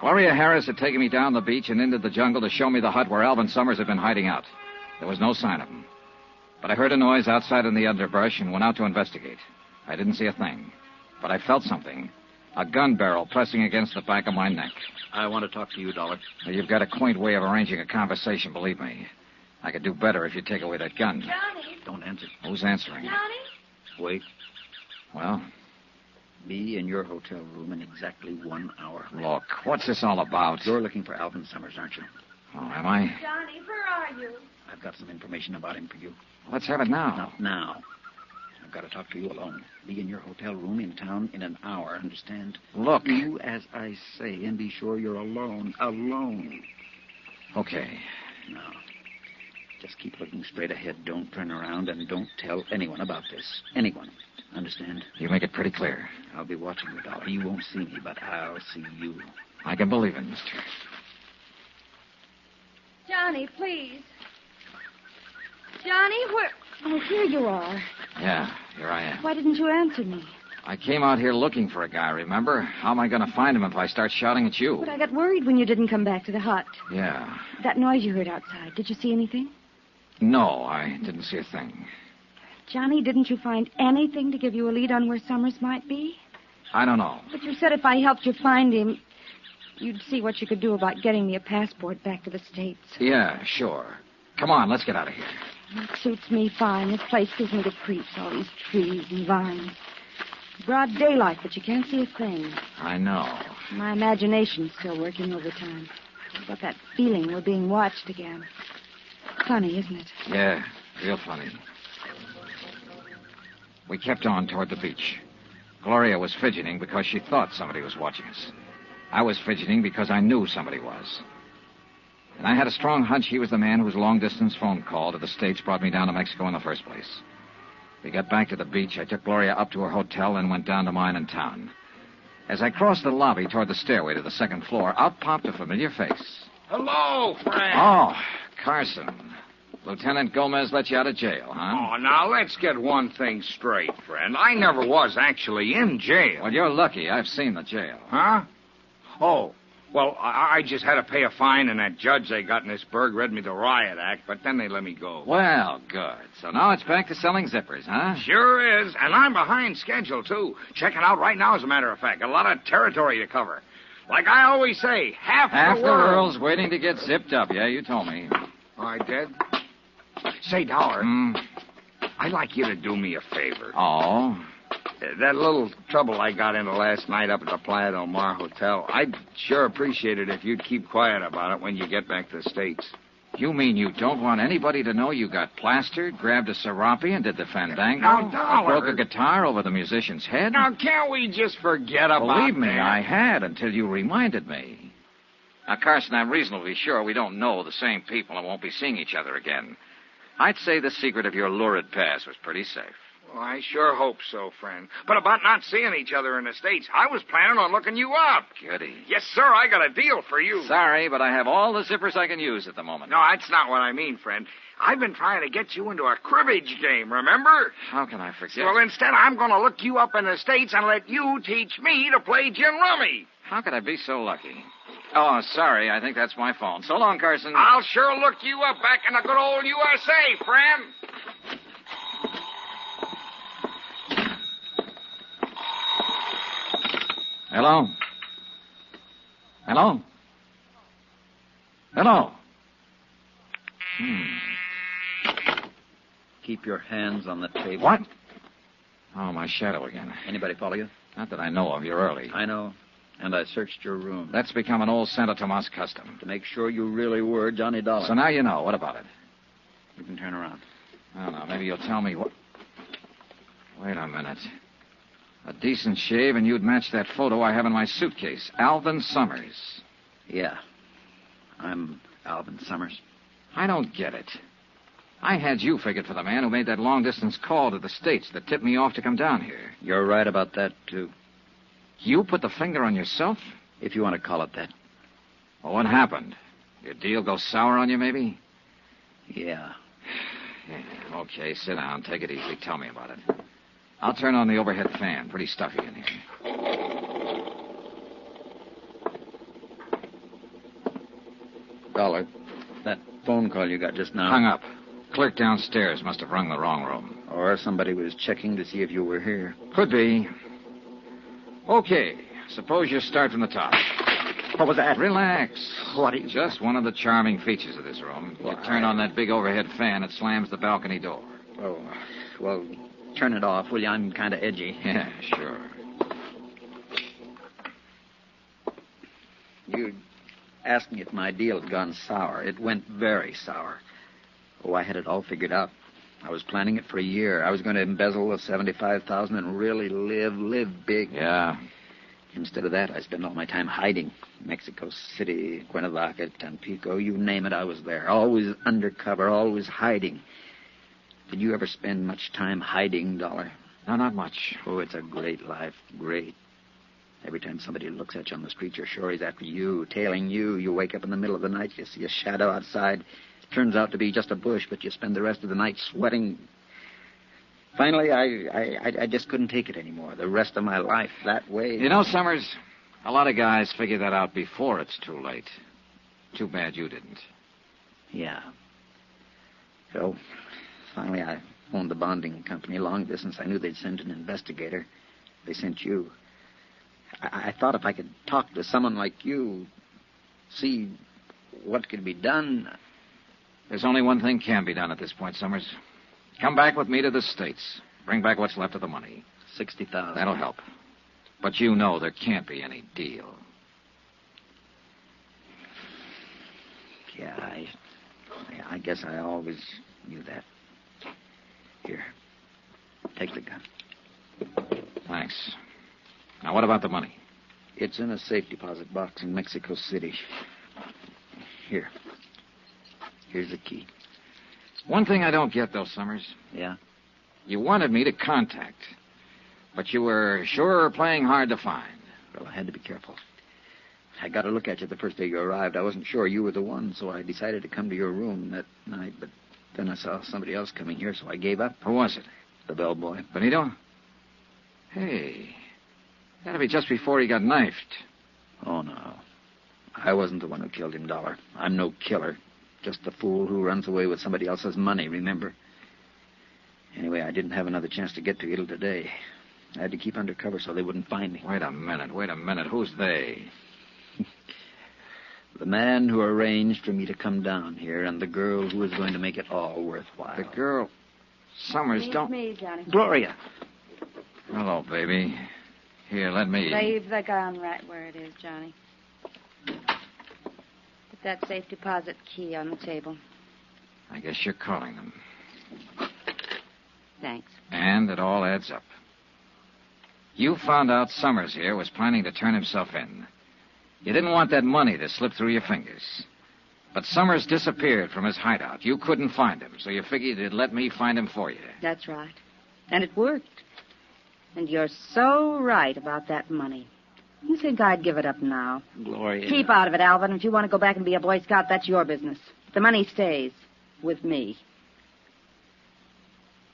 Gloria Harris had taken me down the beach and into the jungle to show me the hut where Alvin Summers had been hiding out. There was no sign of him. But I heard a noise outside in the underbrush and went out to investigate. I didn't see a thing, but I felt something. A gun barrel pressing against the back of my neck. I want to talk to you, Dollar. Now, you've got a quaint way of arranging a conversation, believe me. I could do better if you take away that gun. Johnny. Don't answer. Who's answering? Johnny? Wait. Well, Be in your hotel room in exactly one hour. look, what's this all about? You're looking for Alvin Summers, aren't you? Oh, am I? Johnny, where are you? I've got some information about him for you. Let's have it now. Not now. I've got to talk to you alone. Be in your hotel room in town in an hour, understand? Look. Do as I say, and be sure you're alone. Alone. Okay. Now, just keep looking straight ahead. Don't turn around, and don't tell anyone about this. Anyone. Understand? You make it pretty clear. I'll be watching you, Dollar. You won't see me, but I'll see you. I can believe it, mister. Johnny, please. Johnny, where? Oh, here you are. Yeah, here I am. Why didn't you answer me? I came out here looking for a guy, remember? How am I going to find him if I start shouting at you? But I got worried when you didn't come back to the hut. Yeah. That noise you heard outside, did you see anything? No, I didn't see a thing. Johnny, didn't you find anything to give you a lead on where Summers might be? I don't know. But you said if I helped you find him, you'd see what you could do about getting me a passport back to the States. Yeah, sure. Come on, let's get out of here. It suits me fine. This place gives me the creeps, all these trees and vines. Broad daylight, but you can't see a thing. I know. My imagination's still working overtime. I've got that feeling we're being watched again. Funny, isn't it? Yeah, real funny. We kept on toward the beach. Gloria was fidgeting because she thought somebody was watching us. I was fidgeting because I knew somebody was. And I had a strong hunch he was the man whose long distance phone call to the States brought me down to Mexico in the first place. We got back to the beach. I took Gloria up to her hotel and went down to mine in town. As I crossed the lobby toward the stairway to the second floor, out popped a familiar face. Hello, Frank. Oh, Carson. Lieutenant Gomez let you out of jail, huh? Oh, now let's get one thing straight, friend. I never was actually in jail. Well, you're lucky. I've seen the jail. Huh? Oh, well, I, I just had to pay a fine, and that judge they got in this burg read me the riot act, but then they let me go. Well, good. So now it's back to selling zippers, huh? Sure is, and I'm behind schedule, too. Checking out right now, as a matter of fact. Got A lot of territory to cover. Like I always say, half, Half the the world. world's waiting to get zipped up. Yeah, you told me. I did. Say, Dollar, Hmm. I'd like you to do me a favor. Oh, Uh, That little trouble I got into last night up at the Playa del Mar Hotel, I'd sure appreciate it if you'd keep quiet about it when you get back to the States. you mean you don't want anybody to know you got plastered, grabbed a serape, and did the fandango? Now, Dollar- Broke a guitar over the musician's head? Now, can't we just forget about Believe me, that? I had until you reminded me. Now, Carson, I'm reasonably sure we don't know the same people and won't be seeing each other again. I'd say the secret of your lurid past was pretty safe. Well, I sure hope so, friend. But about not seeing each other in the States, I was planning on looking you up. Goody. Yes, sir, I got a deal for you. Sorry, but I have all the zippers I can use at the moment. No, that's not what I mean, friend. I've been trying to get you into a cribbage game, remember? How can I forget? Well, instead, I'm going to look you up in the States and let you teach me to play gin rummy. How could I be so lucky? Oh, sorry. I think that's my phone. So long, Carson. I'll sure look you up back in the good old USA, friend. Hello? Hello? Hello? Hmm. Keep your hands on the table. What? Oh, my shadow again. Anybody follow you? Not that I know of. You're early. I know. And I searched your room. That's become an old Santa Tomas custom. to make sure you really were Johnny Dollar. So now you know. What about it? you can turn around. I don't know. Maybe you'll tell me what. Wait a minute. A decent shave, and you'd match that photo I have in my suitcase. Alvin Summers. Yeah. I'm Alvin Summers. I don't get it. I had you figured for the man who made that long distance call to the States that tipped me off to come down here. You're right about that, too. You put the finger on yourself? If you want to call it that. Well, what happened? Your deal go sour on you, maybe? Yeah. Yeah, okay, sit down. Take it easy. Tell me about it. I'll turn on the overhead fan. Pretty stuffy in here. Dollar, that phone call you got just now. Hung up. Clerk downstairs must have rung the wrong room. Or somebody was checking to see if you were here. Could be. Okay, suppose you start from the top. What was that? Relax. What is Just one of the charming features of this room. You turn on that big overhead fan, it slams the balcony door. Oh, well, turn it off, will you? I'm kind of edgy. [LAUGHS] Yeah, sure. You asked me if my deal had gone sour. It went very sour. Oh, I had it all figured out. I was planning it for a year. I was going to embezzle the seventy-five thousand and really live, live big. Yeah. Instead of that, I spent all my time hiding. Mexico City, Cuernavaca, Tampico, you name it, I was there. Always undercover, always hiding. Did you ever spend much time hiding, Dollar? No, not much. Oh, it's a great life. Great. Every time somebody looks at you on the street, you're sure he's after you, tailing you. You wake up in the middle of the night, you see a shadow outside. Turns out to be just a bush, but you spend the rest of the night sweating. Finally, I, I, I- I just couldn't take it anymore. The rest of my life that way. You know, Summers, a lot of guys figure that out before it's too late. Too bad you didn't. Yeah. So, finally, I phoned the bonding company long distance. I knew they'd send an investigator. They sent you. I, I thought if I could talk to someone like you, see what could be done. There's only one thing can be done at this point, Summers. Come back with me to the States. Bring back what's left of the money. Sixty thousand. That'll help. But you know there can't be any deal. Yeah, I, I guess I always knew that. Here, take the gun. Thanks. Now, what about the money? It's in a safe deposit box in Mexico City. Here. Here's the key. One thing I don't get, though, Summers. Yeah? You wanted me to contact, but you were sure playing hard to find. Well, I had to be careful. I got a look at you the first day you arrived. I wasn't sure you were the one, so I decided to come to your room that night, but then I saw somebody else coming here, so I gave up. Who was it? The bellboy. Benito? Hey, that'll be just before he got knifed. Oh, no. I wasn't the one who killed him, Dollar. I'm no killer. Just the fool who runs away with somebody else's money, remember? Anyway, I didn't have another chance to get to you till today. I had to keep under cover so they wouldn't find me. Wait a minute, wait a minute. Who's they? [LAUGHS] The man who arranged for me to come down here and the girl who was going to make it all worthwhile. The girl. Summers, Leave don't. me, Johnny. Gloria. Hello, baby. Here, let me. Leave the gun right where it is, Johnny. Put that safe deposit key on the table. I guess you're calling them. Thanks. And it all adds up. You found out Summers here was planning to turn himself in. You didn't want that money to slip through your fingers. But Summers disappeared from his hideout. You couldn't find him, so you figured you'd let me find him for you. That's right. And it worked. And you're so right about that money. You think I'd give it up now? Gloria. Keep out of it, Alvin. If you want to go back and be a Boy Scout, that's your business. The money stays with me.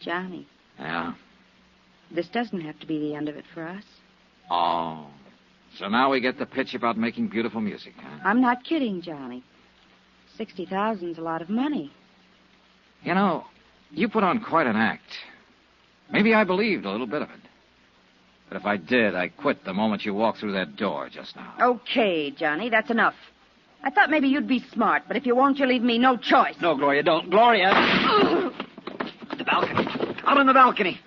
Johnny, Yeah. this doesn't have to be the end of it for us. Oh. So now we get the pitch about making beautiful music, huh? I'm not kidding, Johnny. Sixty thousand's a lot of money. You know, you put on quite an act. Maybe I believed a little bit of it. But if I did, I quit the moment you walked through that door just now. Okay, Johnny, that's enough. I thought maybe you'd be smart, but if you won't, you leave me no choice. No, Gloria, don't. Gloria! the balcony. Out on the balcony.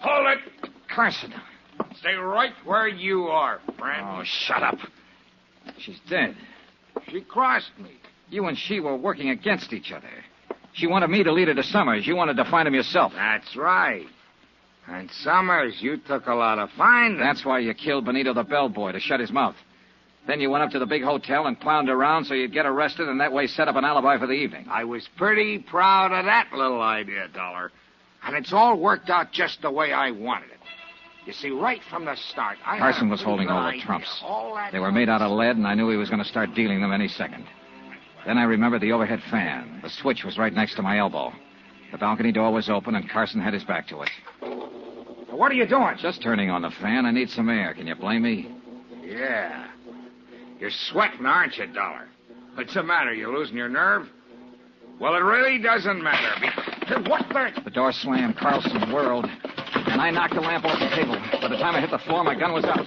Hold it! Carson. Stay right where you are, friend. Oh, shut up. She's dead. Oh, She crossed me. You and she were working against each other. She wanted me to lead her to Summers. You wanted to find him yourself. That's right. And Summers, you took a lot of finding. That's why you killed Benito the bellboy to shut his mouth. Then you went up to the big hotel and clowned around so you'd get arrested and that way set up an alibi for the evening. I was pretty proud of that little idea, Dollar. And it's all worked out just the way I wanted it. You see, right from the start, I. had a Carson was pretty holding good all the idea. trumps. All that They were made out of lead, and I knew he was going to start dealing them any second. Then I remembered the overhead fan. The switch was right next to my elbow. The balcony door was open, and Carson had his back to it. What are you doing? Just turning on the fan. I need some air. Can you blame me? Yeah. You're sweating, aren't you, Dollar? What's the matter? You losing your nerve? Well, it really doesn't matter. Be- What the? The door slammed. Carlson whirled. And I knocked the lamp off the table. By the time I hit the floor, my gun was out.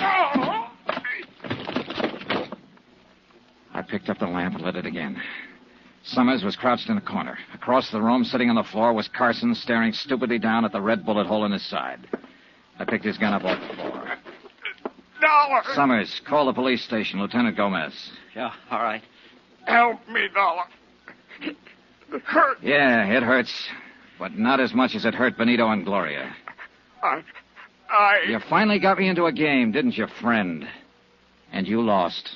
Oh! picked up the lamp and lit it again. Summers was crouched in a corner. Across the room, sitting on the floor, was Carson staring stupidly down at the red bullet hole in his side. I picked his gun up off the floor. Dollar! Summers, call the police station, Lieutenant Gomez. Yeah, all right. Help me, Dollar. It hurt. Yeah, it hurts, but not as much as it hurt Benito and Gloria. I. I. You finally got me into a game, didn't you, friend? And you lost.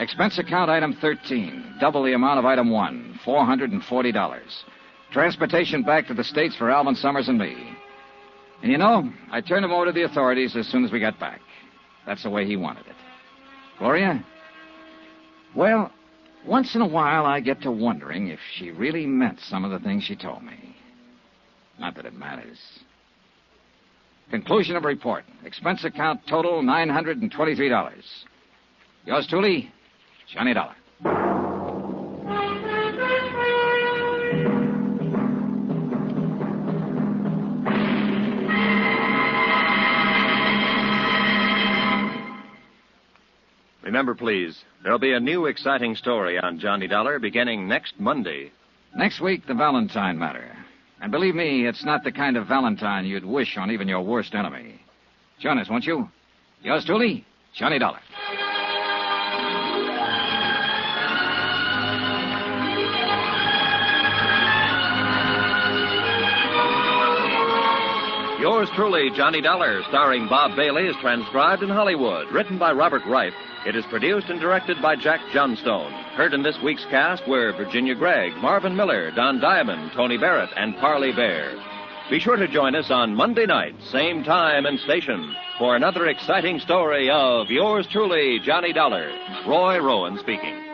Expense account item 13, double the amount of item 1, $440. Transportation back to the States for Alvin Summers and me. And you know, I turned him over to the authorities as soon as we got back. That's the way he wanted it. Gloria? Well, once in a while I get to wondering if she really meant some of the things she told me. Not that it matters. Conclusion of report. Expense account total $923. Yours truly, Johnny Dollar. Remember, please, there'll be a new exciting story on Johnny Dollar beginning next Monday. Next week, the Valentine matter. And believe me, it's not the kind of Valentine you'd wish on even your worst enemy. Join us, won't you? Yours truly, Johnny Dollar. Yours truly, Johnny Dollar, starring Bob Bailey, is transcribed in Hollywood. Written by Robert Reif. It is produced and directed by Jack Johnstone. Heard in this week's cast were Virginia Gregg, Marvin Miller, Don Diamond, Tony Barrett, and Parley Bear. Be sure to join us on Monday night, same time and station, for another exciting story of yours truly, Johnny Dollar. Roy Rowan speaking.